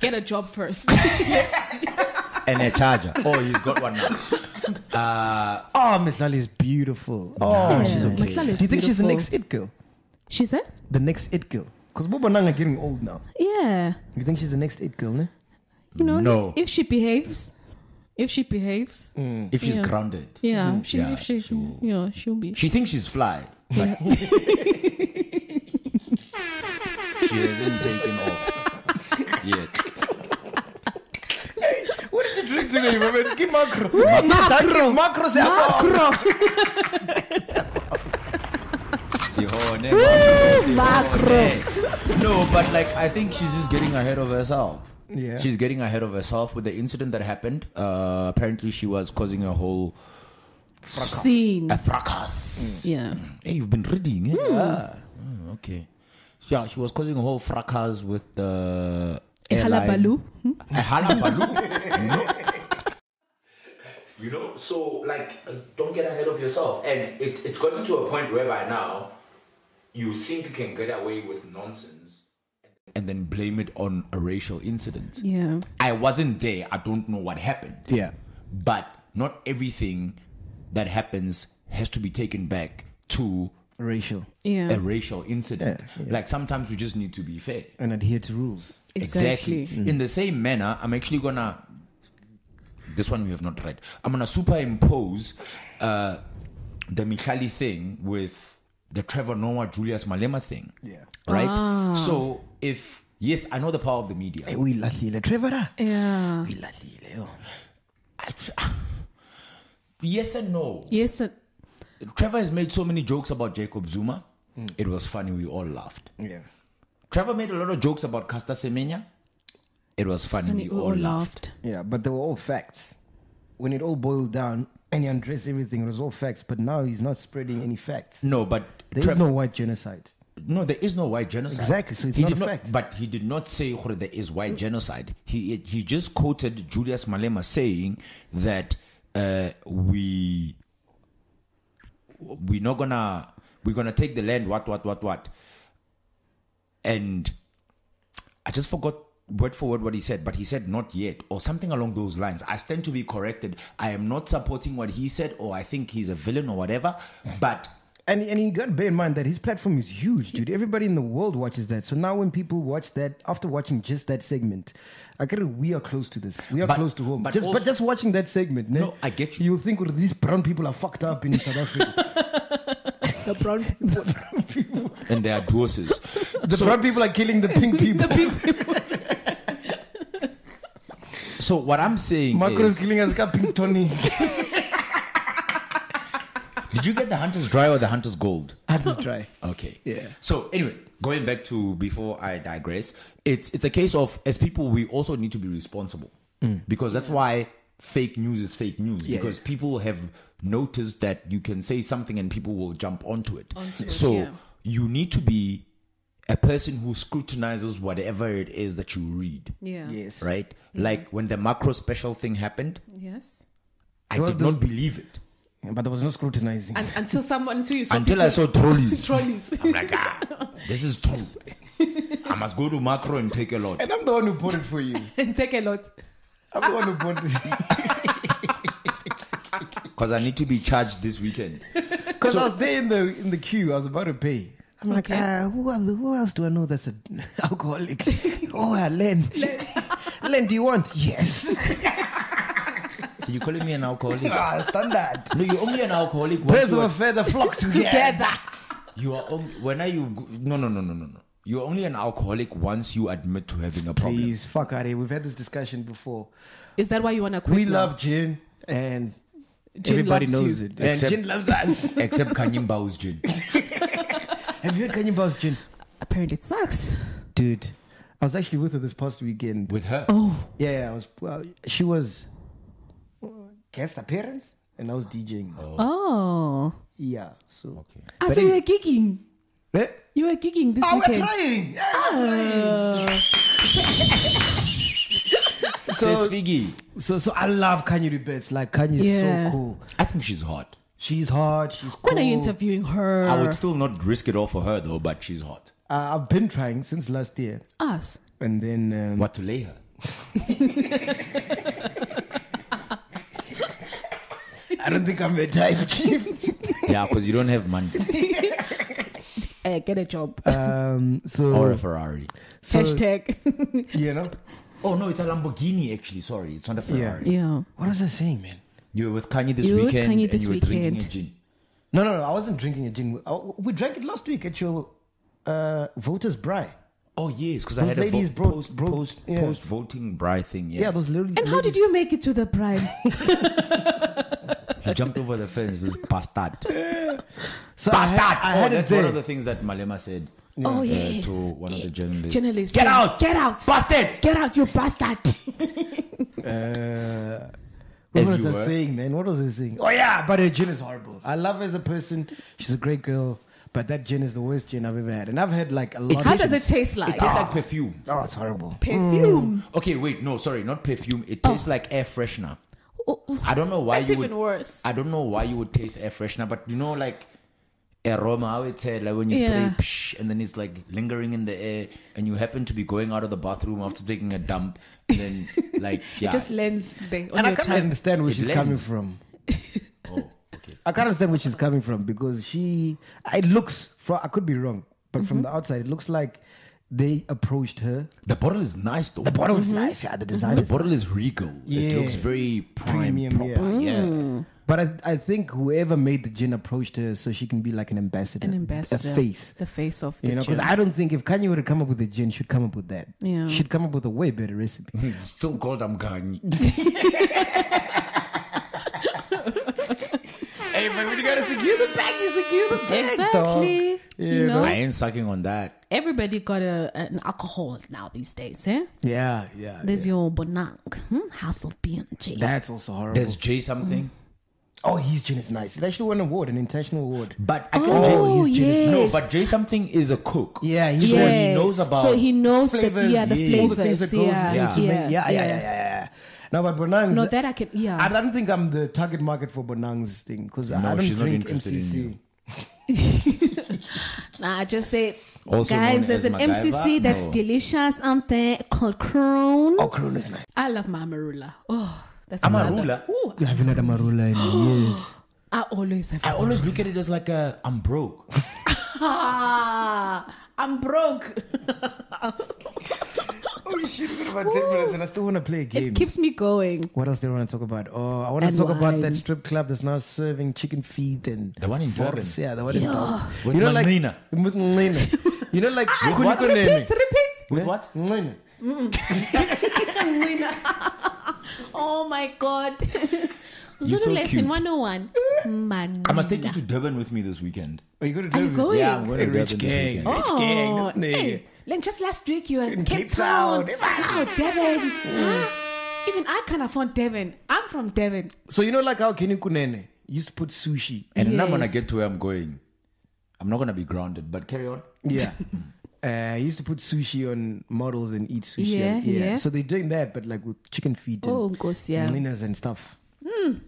Speaker 3: Get a job first. yes.
Speaker 2: and a charger. Oh, he's got one now.
Speaker 1: Oh, Mitlali is beautiful. Oh, she's
Speaker 3: Yeah.
Speaker 1: okay.
Speaker 3: Mitlali is
Speaker 1: Do you think she's the
Speaker 3: beautiful.
Speaker 1: next it girl?
Speaker 3: She's a?
Speaker 1: The next it girl? Because Bobo Nang are getting old now.
Speaker 3: Yeah.
Speaker 1: You think she's the next it girl, ne?
Speaker 3: You know,
Speaker 2: No.
Speaker 3: if she behaves, if she behaves,
Speaker 2: If she's
Speaker 3: Yeah.
Speaker 2: grounded,
Speaker 3: yeah, she,
Speaker 2: Yeah,
Speaker 3: if she, she, you know, she'll be.
Speaker 2: she thinks she's fly. Like, she hasn't taken off yet.
Speaker 1: What did you drink today, my man? Give macro.
Speaker 3: Macro.
Speaker 1: Macro, say
Speaker 3: Macro.
Speaker 2: Sihone,
Speaker 3: macro.
Speaker 2: Sihone. No, but like I think she's just getting ahead of herself.
Speaker 1: Yeah.
Speaker 2: She's getting ahead of herself with the incident that happened. Uh, apparently, she was causing a whole
Speaker 3: Scene.
Speaker 2: a
Speaker 1: Mm.
Speaker 2: fracas.
Speaker 3: Yeah.
Speaker 2: Hey, you've been reading, eh? Ah. Oh, okay. Yeah, she was causing a whole fracas with the
Speaker 3: A
Speaker 2: airline.
Speaker 3: Eh, halabaloo.
Speaker 2: A halabaloo.
Speaker 5: You know, so like, uh, don't get ahead of yourself. And it, it's gotten to a point where by now, you think you can get away with nonsense.
Speaker 2: and then blame it on a racial incident.
Speaker 3: Yeah.
Speaker 2: I wasn't there. I don't know what happened.
Speaker 1: Yeah.
Speaker 2: But not everything that happens has to be taken back to
Speaker 1: Racial.
Speaker 3: Yeah.
Speaker 2: a racial incident.
Speaker 1: Yeah, yeah.
Speaker 2: Like sometimes we just need to be fair.
Speaker 1: And adhere to rules.
Speaker 3: Exactly.
Speaker 1: Mm.
Speaker 2: In the same manner, I'm actually gonna. This one we have not read. I'm gonna superimpose uh, the Michali thing with the Trevor Noah Julius Malema thing.
Speaker 1: Yeah.
Speaker 2: Right. So if yes, I know the power of the media.
Speaker 1: Eh, We lahlile Trevor. ah.
Speaker 3: Yeah.
Speaker 1: We lahlile. oh.
Speaker 2: I- yes and no.
Speaker 3: Yes. uh,
Speaker 2: Trevor has made so many jokes about Jacob Zuma.
Speaker 1: Mm.
Speaker 2: It was funny. We all laughed.
Speaker 1: Yeah.
Speaker 2: Trevor made a lot of jokes about Casta Semenya. It was funny.
Speaker 3: And
Speaker 2: we,
Speaker 3: we
Speaker 2: all, laughed.
Speaker 1: Yeah, but they were all facts. When it all boiled down and he undressed everything, it was all facts. But now he's not spreading any facts.
Speaker 2: No, but
Speaker 1: There is
Speaker 2: Trev-
Speaker 1: no white genocide.
Speaker 2: No, there is no white genocide.
Speaker 1: Exactly, so it's
Speaker 2: he
Speaker 1: not
Speaker 2: did
Speaker 1: a fact.
Speaker 2: But he did not say "Gore, there is white genocide. He he just quoted Julius Malema saying that uh, we we're not gonna we're gonna take the land. What what what what? And I just forgot word for word what he said, but he said not yet or something along those lines. I stand to be corrected. I am not supporting what he said, or I think he's a villain or whatever. But
Speaker 1: And, and you got to bear in mind that his platform is huge, dude. Everybody in the world watches that. So now, when people watch that, after watching just that segment, I get it. We are close to this. We are
Speaker 2: But-
Speaker 1: close to home.
Speaker 2: but
Speaker 1: just,
Speaker 2: also-
Speaker 1: but just watching that segment, ne,
Speaker 2: No, I get you.
Speaker 1: You'll think well, these brown people are fucked up in South Africa.
Speaker 3: The brown people.
Speaker 2: and they are doses.
Speaker 1: the brown people are killing the pink people.
Speaker 3: the big people.
Speaker 2: So what I'm saying
Speaker 1: Macron is
Speaker 2: is,
Speaker 1: killing us, got pink Tony.
Speaker 2: did you get the hunter's dry or the hunter's gold?
Speaker 1: I just try.
Speaker 2: Okay.
Speaker 1: Yeah.
Speaker 2: So anyway, going back to before I digress, it's it's a case of as people we also need to be responsible
Speaker 1: Mm.
Speaker 2: because that's why fake news is fake news because people have noticed that you can say something and people will jump onto it.
Speaker 3: Onto it,
Speaker 2: so
Speaker 3: yeah.
Speaker 2: you need to be a person who scrutinizes whatever it is that you read.
Speaker 3: Yeah.
Speaker 1: Yes.
Speaker 2: Right? Like when the macro special thing happened,
Speaker 3: Yes.
Speaker 2: I
Speaker 1: Well,
Speaker 2: did
Speaker 1: the-
Speaker 2: not believe it.
Speaker 1: But there was no scrutinizing.
Speaker 3: And until someone, until you saw
Speaker 2: until I saw trolleys.
Speaker 3: trolleys.
Speaker 2: I'm like, ah, this is true. I must go to macro and take a lot.
Speaker 1: And I'm the one who bought it for you.
Speaker 3: and take a lot.
Speaker 1: I'm the one who bought it.
Speaker 2: Because I need to be charged this weekend.
Speaker 1: Because I was there in the in the queue, I was about to pay. I'm like,
Speaker 3: Okay.
Speaker 1: ah, who, are the, who else do I know that's an alcoholic? oh, ah, Len. Len. do you want? Yes.
Speaker 2: So you're calling me an alcoholic?
Speaker 1: ah, standard.
Speaker 2: No, you're only an alcoholic once
Speaker 1: Birds
Speaker 2: you
Speaker 1: of
Speaker 2: are,
Speaker 1: a feather flock together.
Speaker 3: Together.
Speaker 2: you are only, when are you go- no no no no no no. You're only an alcoholic once you admit to having a problem.
Speaker 1: Please, fuck out here. We've had this discussion before.
Speaker 3: Is that why you want to quit?
Speaker 1: We
Speaker 3: now?
Speaker 1: love gin, and
Speaker 3: Gin
Speaker 1: everybody
Speaker 3: loves
Speaker 1: knows
Speaker 3: you.
Speaker 1: it. And
Speaker 2: Except-
Speaker 1: gin loves us.
Speaker 2: Except Kanyim Bao's gin.
Speaker 1: Have you heard Kanye Bao's gin?
Speaker 3: Apparently, it sucks.
Speaker 1: Dude, I was actually with her this past weekend.
Speaker 2: With her.
Speaker 1: Yeah, yeah, I was. Well, she was uh, guest appearance, and I was DJing.
Speaker 3: Oh.
Speaker 1: Yeah, so.
Speaker 3: Ah, so you were gigging.
Speaker 1: Eh?
Speaker 3: You were gigging this
Speaker 1: Oh, we're trying.
Speaker 3: weekend.
Speaker 1: Yeah, we're trying.
Speaker 2: Says Figgy.
Speaker 1: So, so, so I love Kanye Rebates. Like Kanye's
Speaker 3: Yeah.
Speaker 1: so cool.
Speaker 2: I think she's hot.
Speaker 1: She's hot. She's cool.
Speaker 3: When are you interviewing her?
Speaker 2: I would still not risk it all for her though, but she's hot.
Speaker 1: Uh, I've been trying since last year,
Speaker 3: Us.
Speaker 1: and then um,
Speaker 2: What to lay her?
Speaker 1: I don't think I'm a type chief.
Speaker 2: Yeah, because you don't have money
Speaker 3: Eh, get a job.
Speaker 2: Uh,
Speaker 1: um, so,
Speaker 2: or a Ferrari.
Speaker 1: so,
Speaker 3: Hashtag.
Speaker 1: you know,
Speaker 2: Oh no, it's a Lamborghini actually. Sorry, it's not a Ferrari.
Speaker 3: yeah.
Speaker 1: what was I saying, man?
Speaker 2: You were with Kanye this
Speaker 3: You were with
Speaker 2: weekend.
Speaker 3: Kanye
Speaker 2: and
Speaker 3: this
Speaker 2: you were drinking
Speaker 3: weekend.
Speaker 2: a gin.
Speaker 1: No, no, no. I wasn't drinking a gin. I- we drank it last week at your uh, voters' bri.
Speaker 2: Oh yes, because I
Speaker 1: Those
Speaker 2: had a
Speaker 1: ladies
Speaker 2: vo-
Speaker 1: brought-
Speaker 2: post,
Speaker 1: brought-
Speaker 2: post,
Speaker 1: yeah.
Speaker 2: post voting bri thing. Yeah,
Speaker 1: Yeah, those little.
Speaker 3: And how did you make it to the prime?
Speaker 2: he jumped over the fence. This bastard,
Speaker 1: So I
Speaker 2: bastard.
Speaker 1: had, I
Speaker 2: oh,
Speaker 1: had it
Speaker 2: that's one
Speaker 1: there.
Speaker 2: of the things that Malema said.
Speaker 3: Oh,
Speaker 2: uh,
Speaker 3: yes.
Speaker 2: to one of the journalists.
Speaker 3: Journalist.
Speaker 2: Get
Speaker 3: yeah.
Speaker 2: out!
Speaker 3: Get out!
Speaker 2: Bastard!
Speaker 3: Get out, you bastard!
Speaker 1: Uh, what
Speaker 2: As
Speaker 1: was
Speaker 2: you
Speaker 1: I
Speaker 2: were.
Speaker 1: saying, man? What was I saying? Oh yeah, but her gin is horrible. I love her as a person. She's a great girl, but that gin is the worst gin I've ever had, and I've had like a lot.
Speaker 3: how
Speaker 1: of
Speaker 3: does it Mm. taste like?
Speaker 2: It tastes like perfume.
Speaker 1: Oh, it's horrible.
Speaker 3: perfume.
Speaker 2: Okay, wait, no, sorry, not perfume. It tastes like air freshener.
Speaker 3: Oh, oh,
Speaker 2: I don't know why
Speaker 3: That's
Speaker 2: you
Speaker 3: even
Speaker 2: would,
Speaker 3: worse.
Speaker 2: I don't know why you would taste air freshener, but you know, like aroma, how it's like when you
Speaker 3: Yeah.
Speaker 2: spray, psh, and then it's like lingering in the air, and you happen to be going out of the bathroom after taking a dump, and then like yeah,
Speaker 3: It just lands there on
Speaker 1: And I
Speaker 3: your
Speaker 1: can't
Speaker 3: tongue.
Speaker 1: understand where
Speaker 2: It
Speaker 1: she's
Speaker 2: lands.
Speaker 1: coming from.
Speaker 2: oh, okay.
Speaker 1: I can't understand where she's coming from because she. It looks. From, I could be wrong, but
Speaker 3: Mm-hmm.
Speaker 1: from the outside, it looks like they approached her.
Speaker 2: The bottle is nice though.
Speaker 1: The bottle is
Speaker 3: Mm-hmm.
Speaker 1: nice. Yeah, the design
Speaker 2: The
Speaker 1: is.
Speaker 2: bottle is regal. It
Speaker 1: Yeah.
Speaker 2: looks very prime
Speaker 1: Premium, yeah.
Speaker 2: proper. Yeah.
Speaker 3: Mm.
Speaker 1: But I, I think whoever made the gin approached her so she can be like an ambassador,
Speaker 3: An ambassador.
Speaker 1: a face.
Speaker 3: The face of the
Speaker 1: You know, because
Speaker 3: gym.
Speaker 1: I don't think if Kanye would have come up with a gin, should come up with that.
Speaker 3: Yeah.
Speaker 1: Should come up with a way better recipe.
Speaker 2: It's still called Amgani.
Speaker 1: hey, but when you gotta secure the bag, you secure the bag.
Speaker 3: Exactly. you know,
Speaker 2: I ain't sucking on that.
Speaker 3: everybody got a, an alcohol now these days, eh?
Speaker 1: Yeah, yeah.
Speaker 3: There's your Bonang, hmm? House of B&J.
Speaker 1: That's also horrible.
Speaker 2: There's J something.
Speaker 1: Oh, his gin is nice. It actually won an award, an international award.
Speaker 2: But I
Speaker 3: Oh,
Speaker 2: can Jay,
Speaker 3: his gin is
Speaker 2: no,
Speaker 3: yes.
Speaker 2: but Jay something is a cook.
Speaker 1: Yeah, he's
Speaker 2: so
Speaker 1: a-
Speaker 2: he knows about.
Speaker 3: So he knows the
Speaker 2: flavors,
Speaker 3: yeah, the
Speaker 2: yeah.
Speaker 1: All the things
Speaker 3: flavors.
Speaker 1: that goes
Speaker 3: yeah,
Speaker 1: into ma-
Speaker 3: yeah,
Speaker 1: yeah, yeah, yeah, yeah, yeah. No, but Bonang's.
Speaker 3: No, that I can. Yeah,
Speaker 1: I don't think I'm the target market for Bonang's thing because I
Speaker 2: No,
Speaker 1: don't
Speaker 2: she's not
Speaker 1: drink
Speaker 2: interested in
Speaker 1: MCC.
Speaker 2: you.
Speaker 3: Nah, I just say,
Speaker 2: Also
Speaker 3: guys,
Speaker 2: known
Speaker 3: there's
Speaker 2: as
Speaker 3: an MCC
Speaker 2: MacGyver?
Speaker 3: that's
Speaker 2: No.
Speaker 3: delicious out there called Crown.
Speaker 1: Oh, Corona is nice.
Speaker 3: I love my Amarula. Oh, that's
Speaker 2: Amarula?
Speaker 3: another- Ooh,
Speaker 1: You haven't had a marula in years.
Speaker 3: I always have.
Speaker 2: I always look at it as like a I'm broke.
Speaker 3: Ah, I'm broke.
Speaker 1: oh shit! It's about ten minutes, and I still want to play a game.
Speaker 3: it keeps me going.
Speaker 1: What else do I want to talk about? Oh, I want to
Speaker 3: And
Speaker 1: talk about
Speaker 3: wine.
Speaker 1: that strip club that's now serving chicken feet and
Speaker 2: The one in
Speaker 1: forks.
Speaker 2: Durban.
Speaker 1: Yeah, the one in Durban.
Speaker 2: With Manina.
Speaker 1: with Manina. You know, like
Speaker 2: With what?
Speaker 3: Repeat, repeat.
Speaker 2: With what?
Speaker 1: Manina.
Speaker 3: Oh my God.
Speaker 2: You're
Speaker 3: Zulu
Speaker 2: so
Speaker 3: lesson
Speaker 2: cute.
Speaker 3: 101. Man.
Speaker 2: I must take you to Durban with me this weekend.
Speaker 1: Are Oh, you going to
Speaker 3: Are you
Speaker 1: Durban?
Speaker 3: going?
Speaker 2: Yeah, I'm going to Durban this weekend.
Speaker 3: Oh,
Speaker 1: gang, this nigga.
Speaker 3: hey, like just last week you were in
Speaker 1: In
Speaker 3: Cape,
Speaker 1: Cape
Speaker 3: Town.
Speaker 1: Town.
Speaker 3: Wow, Devon. Huh? Even I can't afford Devon. I'm from Devon.
Speaker 1: So you know, like how Kenny Kunene used to put sushi.
Speaker 2: And then I'm gonna
Speaker 3: Yes.
Speaker 2: get to where I'm going. I'm not gonna be grounded, but carry on.
Speaker 1: Yeah. Uh, he used to put sushi on models and eat sushi.
Speaker 3: Yeah,
Speaker 1: and-
Speaker 3: yeah.
Speaker 1: So they're doing that, but like with chicken feet and
Speaker 3: Oh, Nkosi, yeah.
Speaker 1: melinas and stuff.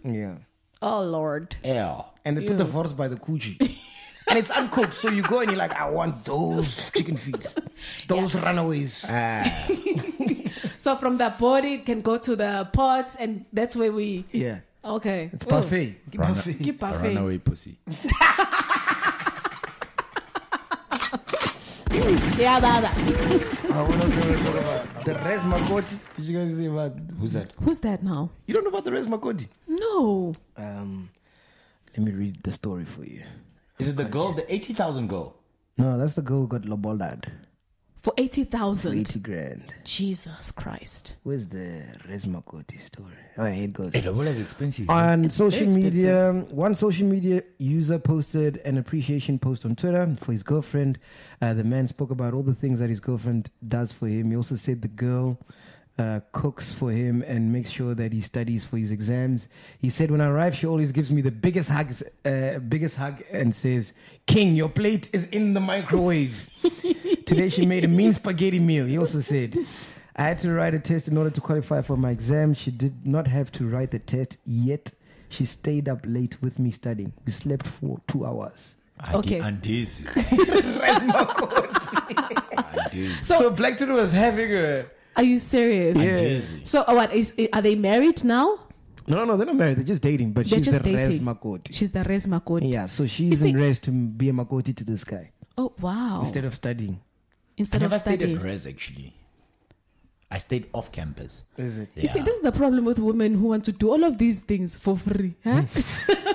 Speaker 1: Yeah.
Speaker 3: Oh, Lord.
Speaker 2: L.
Speaker 1: And they put the force by the kuji. and it's uncooked. So you go and you're like, I want those chicken feet, those runaways.
Speaker 3: So from the body, it can go to the pots, and that's where we.
Speaker 1: Yeah.
Speaker 3: Okay.
Speaker 1: It's
Speaker 3: Ooh.
Speaker 1: buffet.
Speaker 2: Run-
Speaker 1: Buffet.
Speaker 3: Oh. Keep
Speaker 2: A
Speaker 3: buffet.
Speaker 2: runaway pussy.
Speaker 3: Yeah, Baba.
Speaker 1: I want to talk about the res makoti. Did you guys see about who's that?
Speaker 3: Who's that now?
Speaker 1: You don't know about the res makoti?
Speaker 3: No.
Speaker 1: Um, let me read the story for you.
Speaker 2: Is it the girl, the eighty thousand girl?
Speaker 1: No, that's the girl who got lobolad.
Speaker 3: For 80,000.
Speaker 1: Eighty grand.
Speaker 3: Jesus Christ.
Speaker 1: Where's the res makoti story? Oh, here it goes.
Speaker 2: is expensive.
Speaker 1: On social
Speaker 3: very
Speaker 1: media, one social media user posted an appreciation post on Twitter for his girlfriend. Uh, the man spoke about all the things that his girlfriend does for him. He also said the girl uh, cooks for him and makes sure that he studies for his exams. He said, "When I arrive, she always gives me the biggest hugs, uh, biggest hug, and says, "King, your plate is in the microwave." Today she made a mean spaghetti meal. He also said, I had to write a test in order to qualify for my exam. She did not have to write the test yet. She stayed up late with me studying. We slept for two hours.
Speaker 3: Okay.
Speaker 2: And this.
Speaker 1: So, Black Twitter was having a.
Speaker 3: Are you serious? So, uh, what is? Are they married now?
Speaker 1: No, no, no, they're not married. They're just dating, but
Speaker 3: They're
Speaker 1: she's
Speaker 3: just
Speaker 1: the res
Speaker 3: dating.
Speaker 1: Makoti.
Speaker 3: She's the Res Makoti.
Speaker 1: yeah, so
Speaker 3: You
Speaker 1: she's
Speaker 3: see-
Speaker 1: in res to be a Makoti to this guy
Speaker 3: Oh wow!
Speaker 1: instead of studying.
Speaker 2: I
Speaker 3: Instead of
Speaker 2: never stayed
Speaker 3: studying.
Speaker 2: at res actually. I stayed off campus.
Speaker 1: Is it?
Speaker 3: You see, this is the problem with women who want to do all of these things for free. Huh?
Speaker 1: Hmm.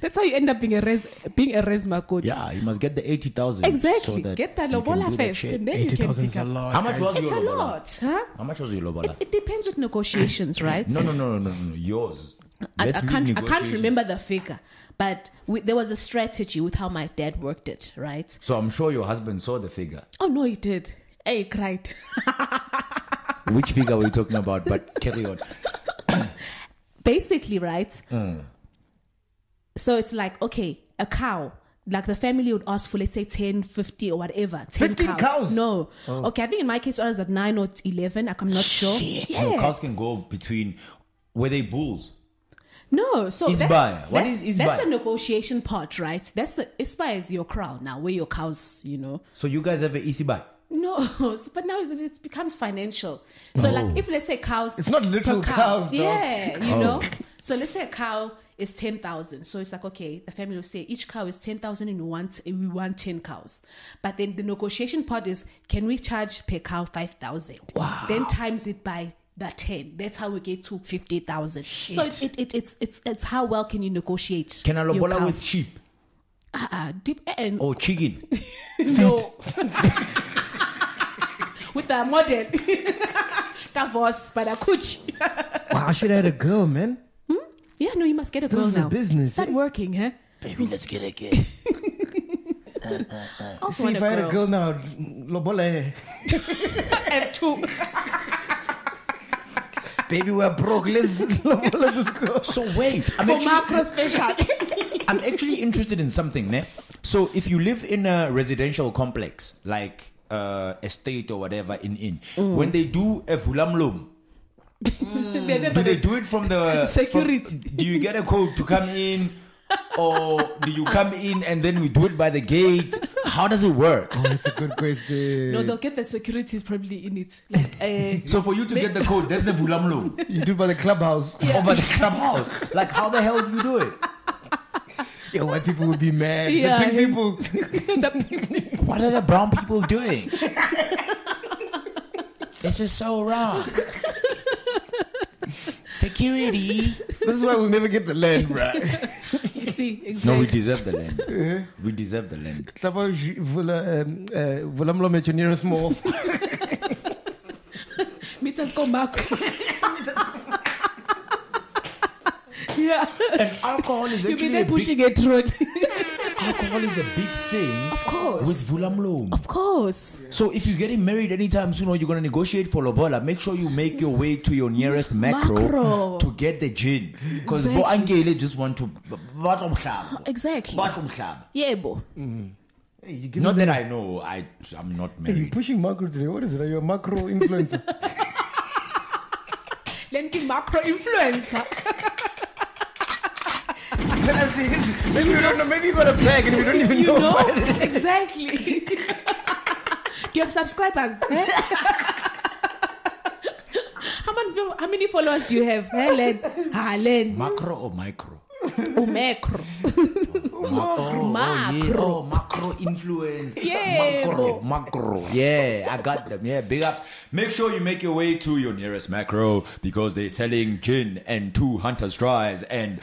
Speaker 3: That's how you end up being a res, being a res makoti.
Speaker 2: Yeah, you must get the eighty thousand.
Speaker 3: Exactly. Get that lobola first, and then you can
Speaker 1: 80,000
Speaker 3: pick
Speaker 1: is a
Speaker 3: up.
Speaker 1: lot.
Speaker 2: How much was
Speaker 3: It's a
Speaker 2: your lobola?
Speaker 3: lot, huh?
Speaker 2: How much was your
Speaker 3: It,
Speaker 2: lobola?
Speaker 3: it depends with negotiations, right?
Speaker 2: No, no, no, no, no, no. Yours.
Speaker 3: I, I
Speaker 2: Let's leave
Speaker 3: can't. I can't
Speaker 2: negotiations.
Speaker 3: remember the figure, but we, there was a strategy with how my dad worked it, right?
Speaker 2: So I'm sure your husband saw the figure.
Speaker 3: Oh no, he did. Hey, he cried.
Speaker 2: Which figure were you talking about? But carry on.
Speaker 3: basically, right? So it's like, okay, a cow. Like the family would ask for, let's say, 10, 50 or whatever. 10
Speaker 1: 15
Speaker 3: cows.
Speaker 1: cows?
Speaker 3: No. Okay, I think in my case, I was at 9 or 11. Like, I'm not sure. Yeah.
Speaker 2: Oh, cows can go between. Were they bulls?
Speaker 3: No, so
Speaker 2: Isbaya.
Speaker 3: that's,
Speaker 2: What
Speaker 3: that's,
Speaker 2: is
Speaker 3: that's
Speaker 2: Isbaya?
Speaker 3: the negotiation part, right? That's the Isbaya is your crown now, where your cows, you know.
Speaker 2: So you guys have an easy buy.
Speaker 3: No, but now it's, it becomes financial. So, like, if let's say cows,
Speaker 1: It's not
Speaker 3: per
Speaker 1: literal
Speaker 3: cow.
Speaker 1: cows, dog.
Speaker 3: Yeah, you know. So let's say a cow is ten thousand. So it's like okay, the family will say each cow is ten thousand, and we want we want ten cows. But then the negotiation part is can we charge per cow five thousand? Wow. Then times it by the ten. That's how we get to fifty thousand. So it, it, it it's it's it's how well can you negotiate?
Speaker 2: Can I
Speaker 3: your
Speaker 2: lobola
Speaker 3: cow?
Speaker 2: with sheep
Speaker 3: uh, deep and
Speaker 2: or chicken?
Speaker 3: no. With the model, Davos, but a coach.
Speaker 1: Wow, I should have had a girl, man.
Speaker 3: Yeah, no, you must get a
Speaker 1: This
Speaker 3: girl
Speaker 1: is a
Speaker 3: now.
Speaker 1: business,
Speaker 3: Start
Speaker 1: eh?
Speaker 3: working, huh?
Speaker 2: Baby, let's get a kid.
Speaker 3: I also
Speaker 1: See,
Speaker 3: want
Speaker 1: if I had a girl now, Lobola. eh.
Speaker 3: and two.
Speaker 1: Baby, we're broke. Let's, let's go.
Speaker 2: So wait, I'm
Speaker 3: For
Speaker 2: actually,
Speaker 3: macro
Speaker 1: Mm.
Speaker 3: special.
Speaker 2: I'm actually interested in something, ne? So if you live in a residential complex, like uh, estate or whatever, in in when they do a vulamlum, do they do it from the
Speaker 3: Security.
Speaker 2: from- do you get a code to come in, or do you come in and then we do it by the gate? How does it work?
Speaker 1: That's a good question.
Speaker 3: No, they'll get the securities probably in it. Like, uh,
Speaker 2: So for you to get the code, that's the vulamlum
Speaker 1: You do it by the clubhouse.
Speaker 2: over the clubhouse. Like how the hell do you do it?
Speaker 1: Yeah, white people would be mad.
Speaker 3: Yeah.
Speaker 1: The pink people.
Speaker 2: What are the brown people doing? this is so wrong. Security.
Speaker 1: this is why we'll never get the land, bruh.
Speaker 3: you see,
Speaker 2: No,
Speaker 3: exactly.
Speaker 2: we deserve the land. we deserve the land.
Speaker 1: Somehow, j- vula- um, uh, vulamlom at your nearest mall.
Speaker 3: Meet us, go macro. yeah.
Speaker 2: And alcohol is
Speaker 3: You'll be
Speaker 2: actually
Speaker 3: there
Speaker 2: a big,
Speaker 3: pushing a trolley.
Speaker 2: alcohol is a big thing.
Speaker 3: Of course.
Speaker 2: With Vulamlom.
Speaker 3: of course.
Speaker 2: So if you're getting married anytime soon or you're gonna negotiate for Lobola, make sure you make your way to your nearest macro,
Speaker 3: Macro.
Speaker 2: to get the gin. Because
Speaker 3: Exactly.
Speaker 2: Boangele just want to bottom club.
Speaker 3: Exactly.
Speaker 2: Bottom club.
Speaker 3: Yeah, bo.
Speaker 1: Hey, you give
Speaker 2: Not
Speaker 1: me
Speaker 2: that I know. I I'm not
Speaker 1: that- You're
Speaker 2: married.
Speaker 1: pushing macro today. What is it? Are you a macro influencer?
Speaker 3: Then give macro influencer.
Speaker 1: Can I see his- Maybe you don't know. Maybe you got a bag and we don't even
Speaker 3: You
Speaker 1: know.
Speaker 3: know? exactly. you have subscribers. eh? how, many, fol- how many followers do you have? Hey, Len. Ah, Len.
Speaker 2: Macro or micro?
Speaker 3: Oh, macro.
Speaker 2: Macro.
Speaker 3: Macro.
Speaker 2: yeah. Oh, macro influence.
Speaker 3: Yeah,
Speaker 2: Macro. Macro. Yeah, I got them. Yeah, big ups. Make sure you make your way to your nearest macro because they're selling gin and two hunter's dries and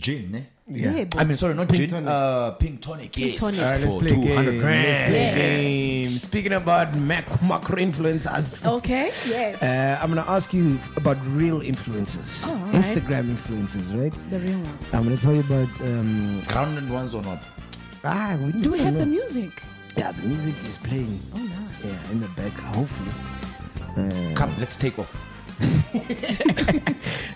Speaker 2: gin. eh?
Speaker 3: Yeah, bo.
Speaker 2: I mean, sorry, not gin.
Speaker 1: tonic.
Speaker 2: Uh, pink tonic. yes.
Speaker 3: tonic.
Speaker 1: All right, let's
Speaker 2: For
Speaker 1: play
Speaker 2: 200
Speaker 1: games.
Speaker 2: grand.
Speaker 3: Yes. Oh.
Speaker 1: Game. Speaking about mac- macro influencers.
Speaker 3: Okay. Yes.
Speaker 1: Uh, I'm gonna ask you about real influences,
Speaker 3: Oh, all right.
Speaker 1: Instagram influences, right?
Speaker 3: the real ones.
Speaker 1: I'm gonna tell you about. Um,
Speaker 2: Grounded ones or not?
Speaker 1: ah, we need
Speaker 3: Do we
Speaker 1: to
Speaker 3: have
Speaker 1: know.
Speaker 3: the music?
Speaker 1: Yeah, the music is playing.
Speaker 3: Oh, no.
Speaker 1: Yeah, in the back, hopefully.
Speaker 2: Come, let's take off.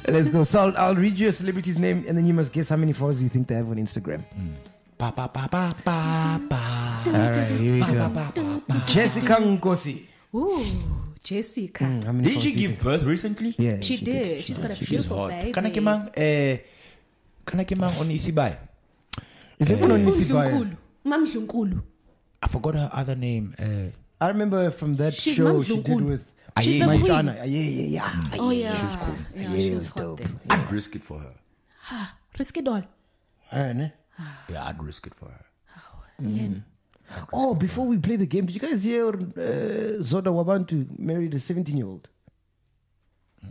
Speaker 1: Let's go. So I'll, I'll read you a celebrity's name, and then you must guess how many followers you think they have on Instagram.
Speaker 2: Pa pa pa pa pa pa.
Speaker 1: All right, here we go. Jessica Ngosi.
Speaker 3: Ooh, Jessica.
Speaker 1: How many
Speaker 2: Did she
Speaker 1: followers do you
Speaker 2: give birth recently?
Speaker 1: think? Yeah,
Speaker 3: Mm, She, did. She's got a beautiful baby.
Speaker 2: Can I come on? Uh, can I come on on Isibai?
Speaker 1: Is it one on Isibaya?
Speaker 3: Mdlunkulu. Mamdlunkulu.
Speaker 2: I forgot her other name. Uh,
Speaker 1: I remember from that
Speaker 3: She's
Speaker 1: show
Speaker 3: Mam
Speaker 1: she did
Speaker 3: Dlunkulu.
Speaker 1: with
Speaker 3: She's the
Speaker 1: Mike
Speaker 3: queen.
Speaker 1: Jana. Yeah, yeah, yeah.
Speaker 3: Oh yeah. She was cool. Yeah, she was hot
Speaker 1: dope.
Speaker 3: then.
Speaker 2: I'd risk it for her.
Speaker 3: Risk it all.
Speaker 1: Alright, eh?
Speaker 2: Yeah, I'd risk it for her.
Speaker 3: Len.
Speaker 1: Oh, before we play the game, did you guys hear uh, Zoda Wabantu married a 17 year old?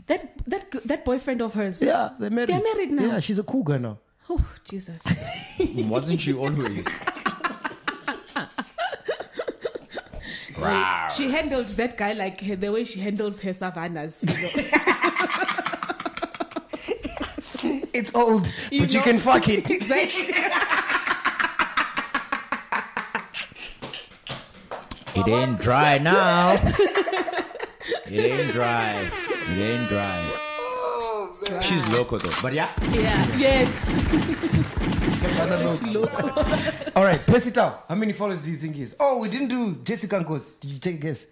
Speaker 3: That that g- that boyfriend of hers.
Speaker 1: Yeah, they married.
Speaker 3: They're married now.
Speaker 1: Yeah, she's a cool girl now.
Speaker 3: Oh Jesus.
Speaker 2: Wasn't she always?
Speaker 3: she handled that guy like her- the way she handles her savannas. you know.
Speaker 1: It's old,
Speaker 3: You
Speaker 1: but you
Speaker 3: know?
Speaker 1: can fuck it.
Speaker 3: exactly.
Speaker 2: It ain't dry now. it ain't dry. It ain't dry. She's local though, but yeah.
Speaker 3: Yeah. Yes.
Speaker 1: All right, Percy Tau, how many followers do you think he is? Oh, we didn't do Jessica Nkos. Did you take a guess?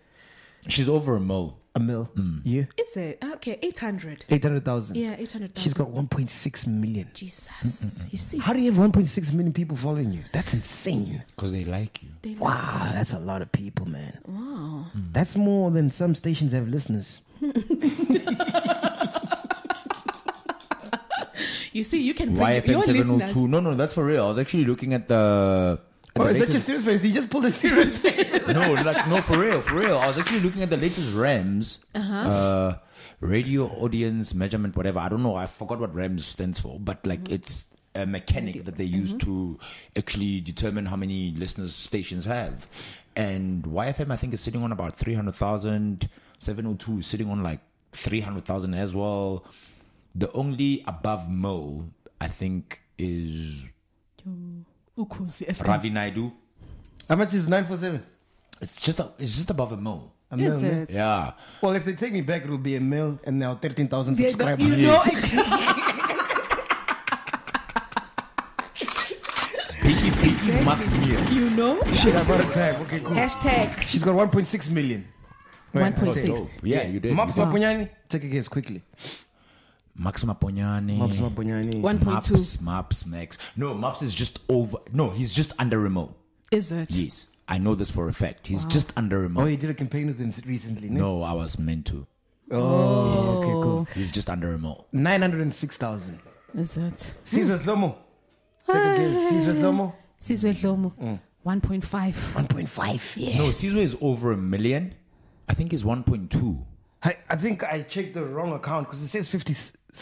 Speaker 2: She's over a mole.
Speaker 1: A mil. You?
Speaker 3: It's a okay. Eight hundred.
Speaker 1: 800,000.
Speaker 3: Yeah, eight hundred.
Speaker 1: She's got 1.6 million.
Speaker 3: Jesus. You see,
Speaker 1: How do you have 1.6 million people following you? That's insane.
Speaker 2: Cause they like you.
Speaker 3: they like-
Speaker 1: Wow, that's a lot of people, man. Hmm.
Speaker 3: wow.
Speaker 1: That's more than some stations have listeners.
Speaker 3: You see, you can bring your
Speaker 2: YFM seven oh
Speaker 3: listeners.
Speaker 2: two. No, no, that's for real. I was actually looking at the. at the latest-
Speaker 1: serious face? He just pulled a serious face.
Speaker 2: no, like no, for real, for real. I was actually looking at the latest RAMs, uh-huh. radio audience measurement, whatever. I don't know. I forgot what RAMs stands for, but like it's a mechanic that they use to actually determine how many listeners stations have. And YFM, I think, is sitting on about 300,000. 702 is sitting on like 300,000 as well. The only above mole, I think, is
Speaker 3: Ukhozi FM. Mm-hmm.
Speaker 2: Ravi Naidu.
Speaker 1: How much is 947?
Speaker 2: It's just a, it's just above a mole.
Speaker 1: A
Speaker 3: Is
Speaker 1: mil, ne?
Speaker 3: it?
Speaker 2: Yeah.
Speaker 1: Well, if they take me back, it'll be a mil and now 13,000
Speaker 3: They don't-
Speaker 1: subscribers.
Speaker 3: you know exactly.
Speaker 2: Biggie, Biggie, Mac Meal.
Speaker 3: You know.
Speaker 1: Shit, I'm out of time. Okay, cool.
Speaker 3: Hashtag
Speaker 1: She's got 1.6 million. Wait,
Speaker 3: 1.6.
Speaker 2: Yeah, you did.
Speaker 1: Maps
Speaker 2: You did.
Speaker 1: Maponyani? Take a guess quickly.
Speaker 2: Max Maponyani.
Speaker 1: Maps Maponyani.
Speaker 3: 1.2.
Speaker 2: Maps, Maps, Max. No, Maps is just over. No, he's just under remote.
Speaker 3: Is it?
Speaker 2: Yes, I know this for a fact. He's just under
Speaker 1: Oh,
Speaker 2: remote.
Speaker 1: you did a campaign with them recently, ne?
Speaker 2: No, I was meant to.
Speaker 1: Oh, okay, cool.
Speaker 2: He's just under remote.
Speaker 1: 906,000.
Speaker 3: Is it?
Speaker 1: Caesar Slomo. Take a guess. Caesar Slomo?
Speaker 3: Sizwe Dlomo.
Speaker 2: Mm.
Speaker 3: 1.5.
Speaker 1: 1.5.
Speaker 3: Yes.
Speaker 2: No, Caesar is over a million. I think he's 1.2.
Speaker 1: I, I think I checked the wrong account because it says 50,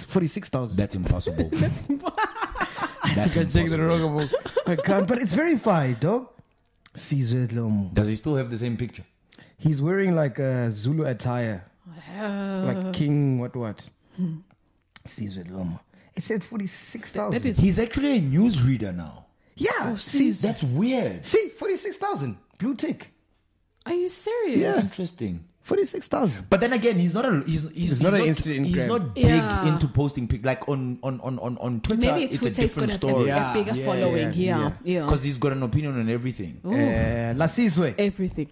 Speaker 1: 46,000.
Speaker 2: That's impossible. That's
Speaker 1: I checked the
Speaker 2: impossible.
Speaker 1: wrong account, but it's verified, dog. Caesar Slomo.
Speaker 2: Does he still have the same picture?
Speaker 1: He's wearing like a Zulu attire, like king what what.
Speaker 3: Hmm.
Speaker 1: Sizwe Loma. It said forty six
Speaker 3: That
Speaker 1: thousand.
Speaker 3: is. Oh,
Speaker 2: He's actually a newsreader now.
Speaker 1: Yeah, see,
Speaker 3: Sizwe.
Speaker 2: That's weird.
Speaker 1: see, forty six thousand. Blue tick,
Speaker 3: Are you serious?
Speaker 2: Interesting.
Speaker 1: forty six thousand.
Speaker 2: But then again, he's not a he's he's,
Speaker 1: not
Speaker 2: not,
Speaker 1: an Instagram.
Speaker 2: he's not big
Speaker 3: Yeah.
Speaker 2: into posting pic like on on on on on Twitter.
Speaker 3: Maybe
Speaker 2: it's
Speaker 3: Twitter
Speaker 2: a
Speaker 3: is
Speaker 2: different
Speaker 3: gonna have
Speaker 2: story.
Speaker 3: a, a bigger
Speaker 1: yeah, yeah,
Speaker 3: following. Yeah, yeah.
Speaker 2: Because he's got an opinion on everything.
Speaker 3: Ooh,
Speaker 1: Uh, La Sizwe.
Speaker 3: everything.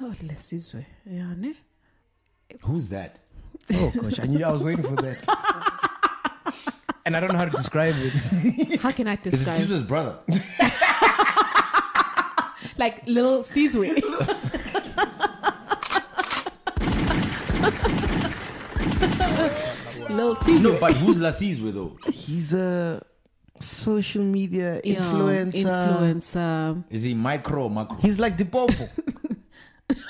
Speaker 3: Oh, lesizwe. Yeah, ne?
Speaker 2: Who's that?
Speaker 1: Oh gosh, I knew I was waiting for that. And I don't know how to describe it.
Speaker 3: How can I
Speaker 2: Is it
Speaker 3: describe?
Speaker 2: Caesar's brother?
Speaker 3: like little Sizwe. little Sizwe.
Speaker 2: no, but who's La Caesar though?
Speaker 1: He's a social media
Speaker 3: Yeah, Influencer.
Speaker 2: Is he micro or macro?
Speaker 1: He's like the Popo.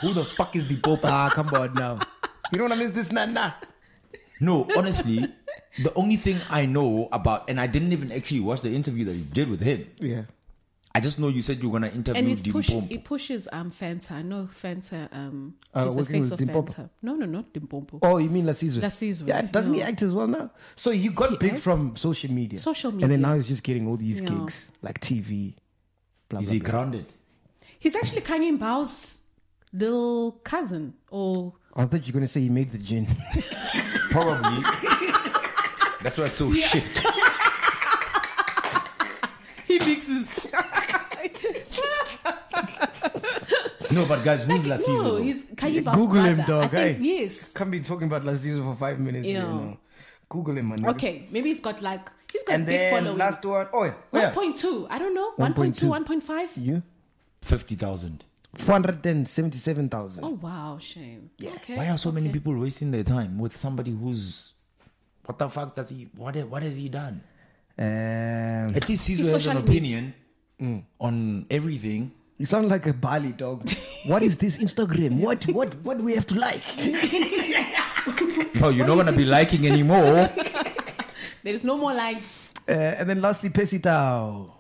Speaker 2: Who the fuck is the Pope?
Speaker 1: ah, come on now. You don't want to miss this, nah, nah.
Speaker 2: No, honestly, the only thing I know about, and I didn't even actually watch the interview that you did with him.
Speaker 1: Yeah.
Speaker 2: I just know you said you were gonna
Speaker 3: And
Speaker 2: interview
Speaker 3: he's
Speaker 2: the
Speaker 3: push, he
Speaker 2: Pope.
Speaker 3: pushes um Fanta. No, Fanta. Um,
Speaker 1: Uh,
Speaker 3: he's the
Speaker 1: working
Speaker 3: face
Speaker 1: with
Speaker 3: of
Speaker 1: Dimpompo.
Speaker 3: Fanta. No, no, not Dimpompo.
Speaker 1: Oh, you mean La Sizwe?
Speaker 3: La Sizwe,
Speaker 1: Yeah, doesn't he
Speaker 3: yeah.
Speaker 1: act as well now? So he got
Speaker 3: He
Speaker 1: big
Speaker 3: acts?
Speaker 1: from social media.
Speaker 3: Social
Speaker 1: And then
Speaker 3: media.
Speaker 1: now he's just getting all these
Speaker 3: Yeah.
Speaker 1: gigs, like TV. Blah,
Speaker 2: Is
Speaker 1: blah,
Speaker 2: he
Speaker 1: blah.
Speaker 2: grounded?
Speaker 3: He's actually Kanye Bao's little cousin. Or
Speaker 1: I thought you were going to say he made the gin.
Speaker 2: Probably. That's why it's so shit.
Speaker 3: he mixes.
Speaker 2: No, but guys, who's La Caesar?
Speaker 3: no,
Speaker 2: though?
Speaker 3: he's Kanye Bao's
Speaker 1: Google him,
Speaker 3: brother.
Speaker 1: dog,
Speaker 3: I think,
Speaker 1: hey.
Speaker 3: Yes.
Speaker 1: Can't be talking about La Sizwe for five minutes.
Speaker 3: Yeah.
Speaker 1: You know. Google him, man.
Speaker 3: Okay, maybe he's got like he's got
Speaker 1: And
Speaker 3: a big
Speaker 1: then
Speaker 3: following.
Speaker 1: last one. Oh, yeah. Oh, yeah.
Speaker 3: 1.2. I don't know.
Speaker 1: 1.2.
Speaker 3: 1.2, 1.5.
Speaker 1: You?
Speaker 2: fifty thousand.
Speaker 1: 477,000.
Speaker 3: Oh wow, shame. Okay.
Speaker 2: Why are so many
Speaker 3: okay.
Speaker 2: people wasting their time with somebody who's what the fuck does he what what has he done?
Speaker 1: Um,
Speaker 2: At least Caesar
Speaker 3: He's
Speaker 2: has an
Speaker 3: social media.
Speaker 2: opinion Mm. on everything.
Speaker 1: you sound like a Bali dog. what is this Instagram? What, what, what we have to like?
Speaker 2: No, you're not gonna be liking anymore.
Speaker 3: There's no more likes.
Speaker 1: Uh, and then lastly, Pesitao.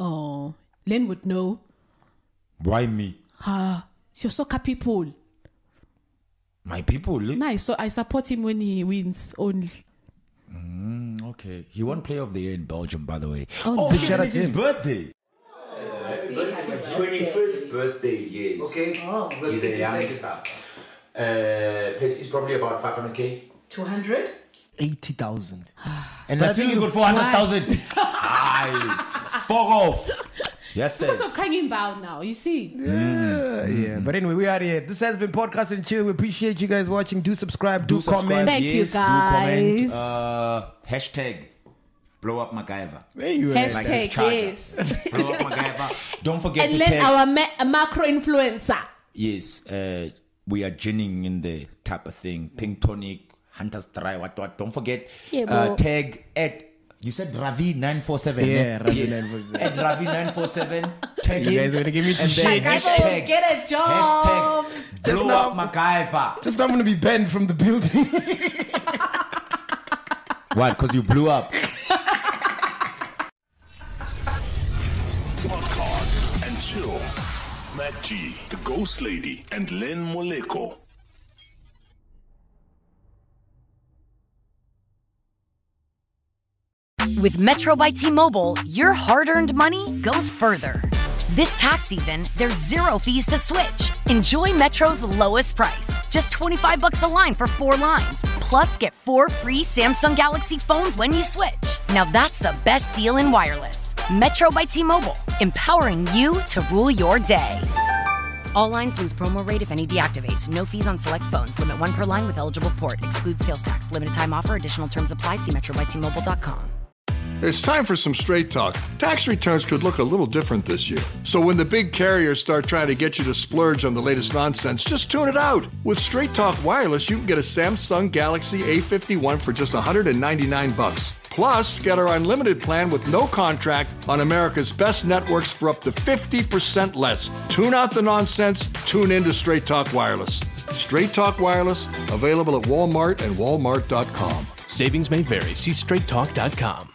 Speaker 3: Oh, Len would know.
Speaker 2: Why me?
Speaker 3: Ah, you're soccer people.
Speaker 2: My people. look.
Speaker 3: Nice. So I support him when he wins only.
Speaker 2: Mm, Okay. He won player of the year in Belgium, by the way.
Speaker 3: Oh,
Speaker 2: Oh,
Speaker 3: nice.
Speaker 2: shit,
Speaker 1: Shout out
Speaker 2: it's
Speaker 1: to
Speaker 2: his
Speaker 1: him.
Speaker 2: birthday.
Speaker 5: Twenty fifth birthday, yes.
Speaker 4: Okay, let's
Speaker 5: He's
Speaker 4: take
Speaker 5: a
Speaker 4: a
Speaker 5: youngster. Uh, Pes is probably about five hundred k.
Speaker 3: 200?
Speaker 1: 80,000.
Speaker 2: And La Caesar got four hundred thousand. Aye. Fuck off. Yes,
Speaker 3: Because
Speaker 2: sir.
Speaker 3: of Kanye Bao now, you see.
Speaker 1: Yeah, yeah. But anyway, we are here. This has been Podcast and Chill. We appreciate you guys watching. Do subscribe, do,
Speaker 2: subscribe,
Speaker 1: comment.
Speaker 3: Thank you,
Speaker 2: yes, do
Speaker 3: guys.
Speaker 2: comment. Uh, hashtag blow up MacGyver.
Speaker 1: There you are.
Speaker 2: Like his
Speaker 3: Hashtag
Speaker 2: charger.
Speaker 3: yes.
Speaker 2: Blow up MacGyver. Don't forget
Speaker 3: and
Speaker 2: to
Speaker 3: Len,
Speaker 2: tag.
Speaker 3: our ma- macro influencer.
Speaker 2: yes, uh, we are ginning in the type of thing. Pink tonic, Hunter's Dry, what what. Don't forget.
Speaker 3: Yeah,
Speaker 2: uh,
Speaker 3: bro.
Speaker 2: tag at. You said Ravi nine four seven.
Speaker 1: Yeah, Ravi 947.
Speaker 2: At Ravi nine four seven. Tag
Speaker 1: You
Speaker 2: him,
Speaker 1: guys gonna give me
Speaker 2: and
Speaker 1: shit.
Speaker 2: then
Speaker 3: Guys,
Speaker 2: hashtag,
Speaker 3: get a job.
Speaker 2: hashtag blow up MacGyver.
Speaker 1: Just now I'm going to be banned from the building.
Speaker 2: Why? Because you blew up.
Speaker 6: Podcast and chill. Matt G, the Ghost Lady, and Len Moleko.
Speaker 7: With Metro by T Mobile, your hard earned money goes further. This tax season, there's zero fees to switch. Enjoy Metro's lowest price, just 25 bucks a line for four lines. Plus, get four free Samsung Galaxy phones when you switch. Now that's the best deal in wireless. Metro by T-Mobile, empowering you to rule your day. All lines lose promo rate if any deactivates. No fees on select phones. Limit one per line with eligible port. Excludes sales tax. Limited time offer. Additional terms apply. See Metro by T-Mobile.com.
Speaker 8: It's time for some straight talk. Tax returns could look a little different this year. So when the big carriers start trying to get you to splurge on the latest nonsense, just tune it out. With Straight Talk Wireless, you can get a Samsung Galaxy A51 for just 199 bucks. Plus, get our unlimited plan with no contract on America's best networks for up to 50% less. Tune out the nonsense, tune in to Straight Talk Wireless. Straight Talk Wireless, available at Walmart and Walmart.com.
Speaker 9: Savings may vary. See straighttalk.com.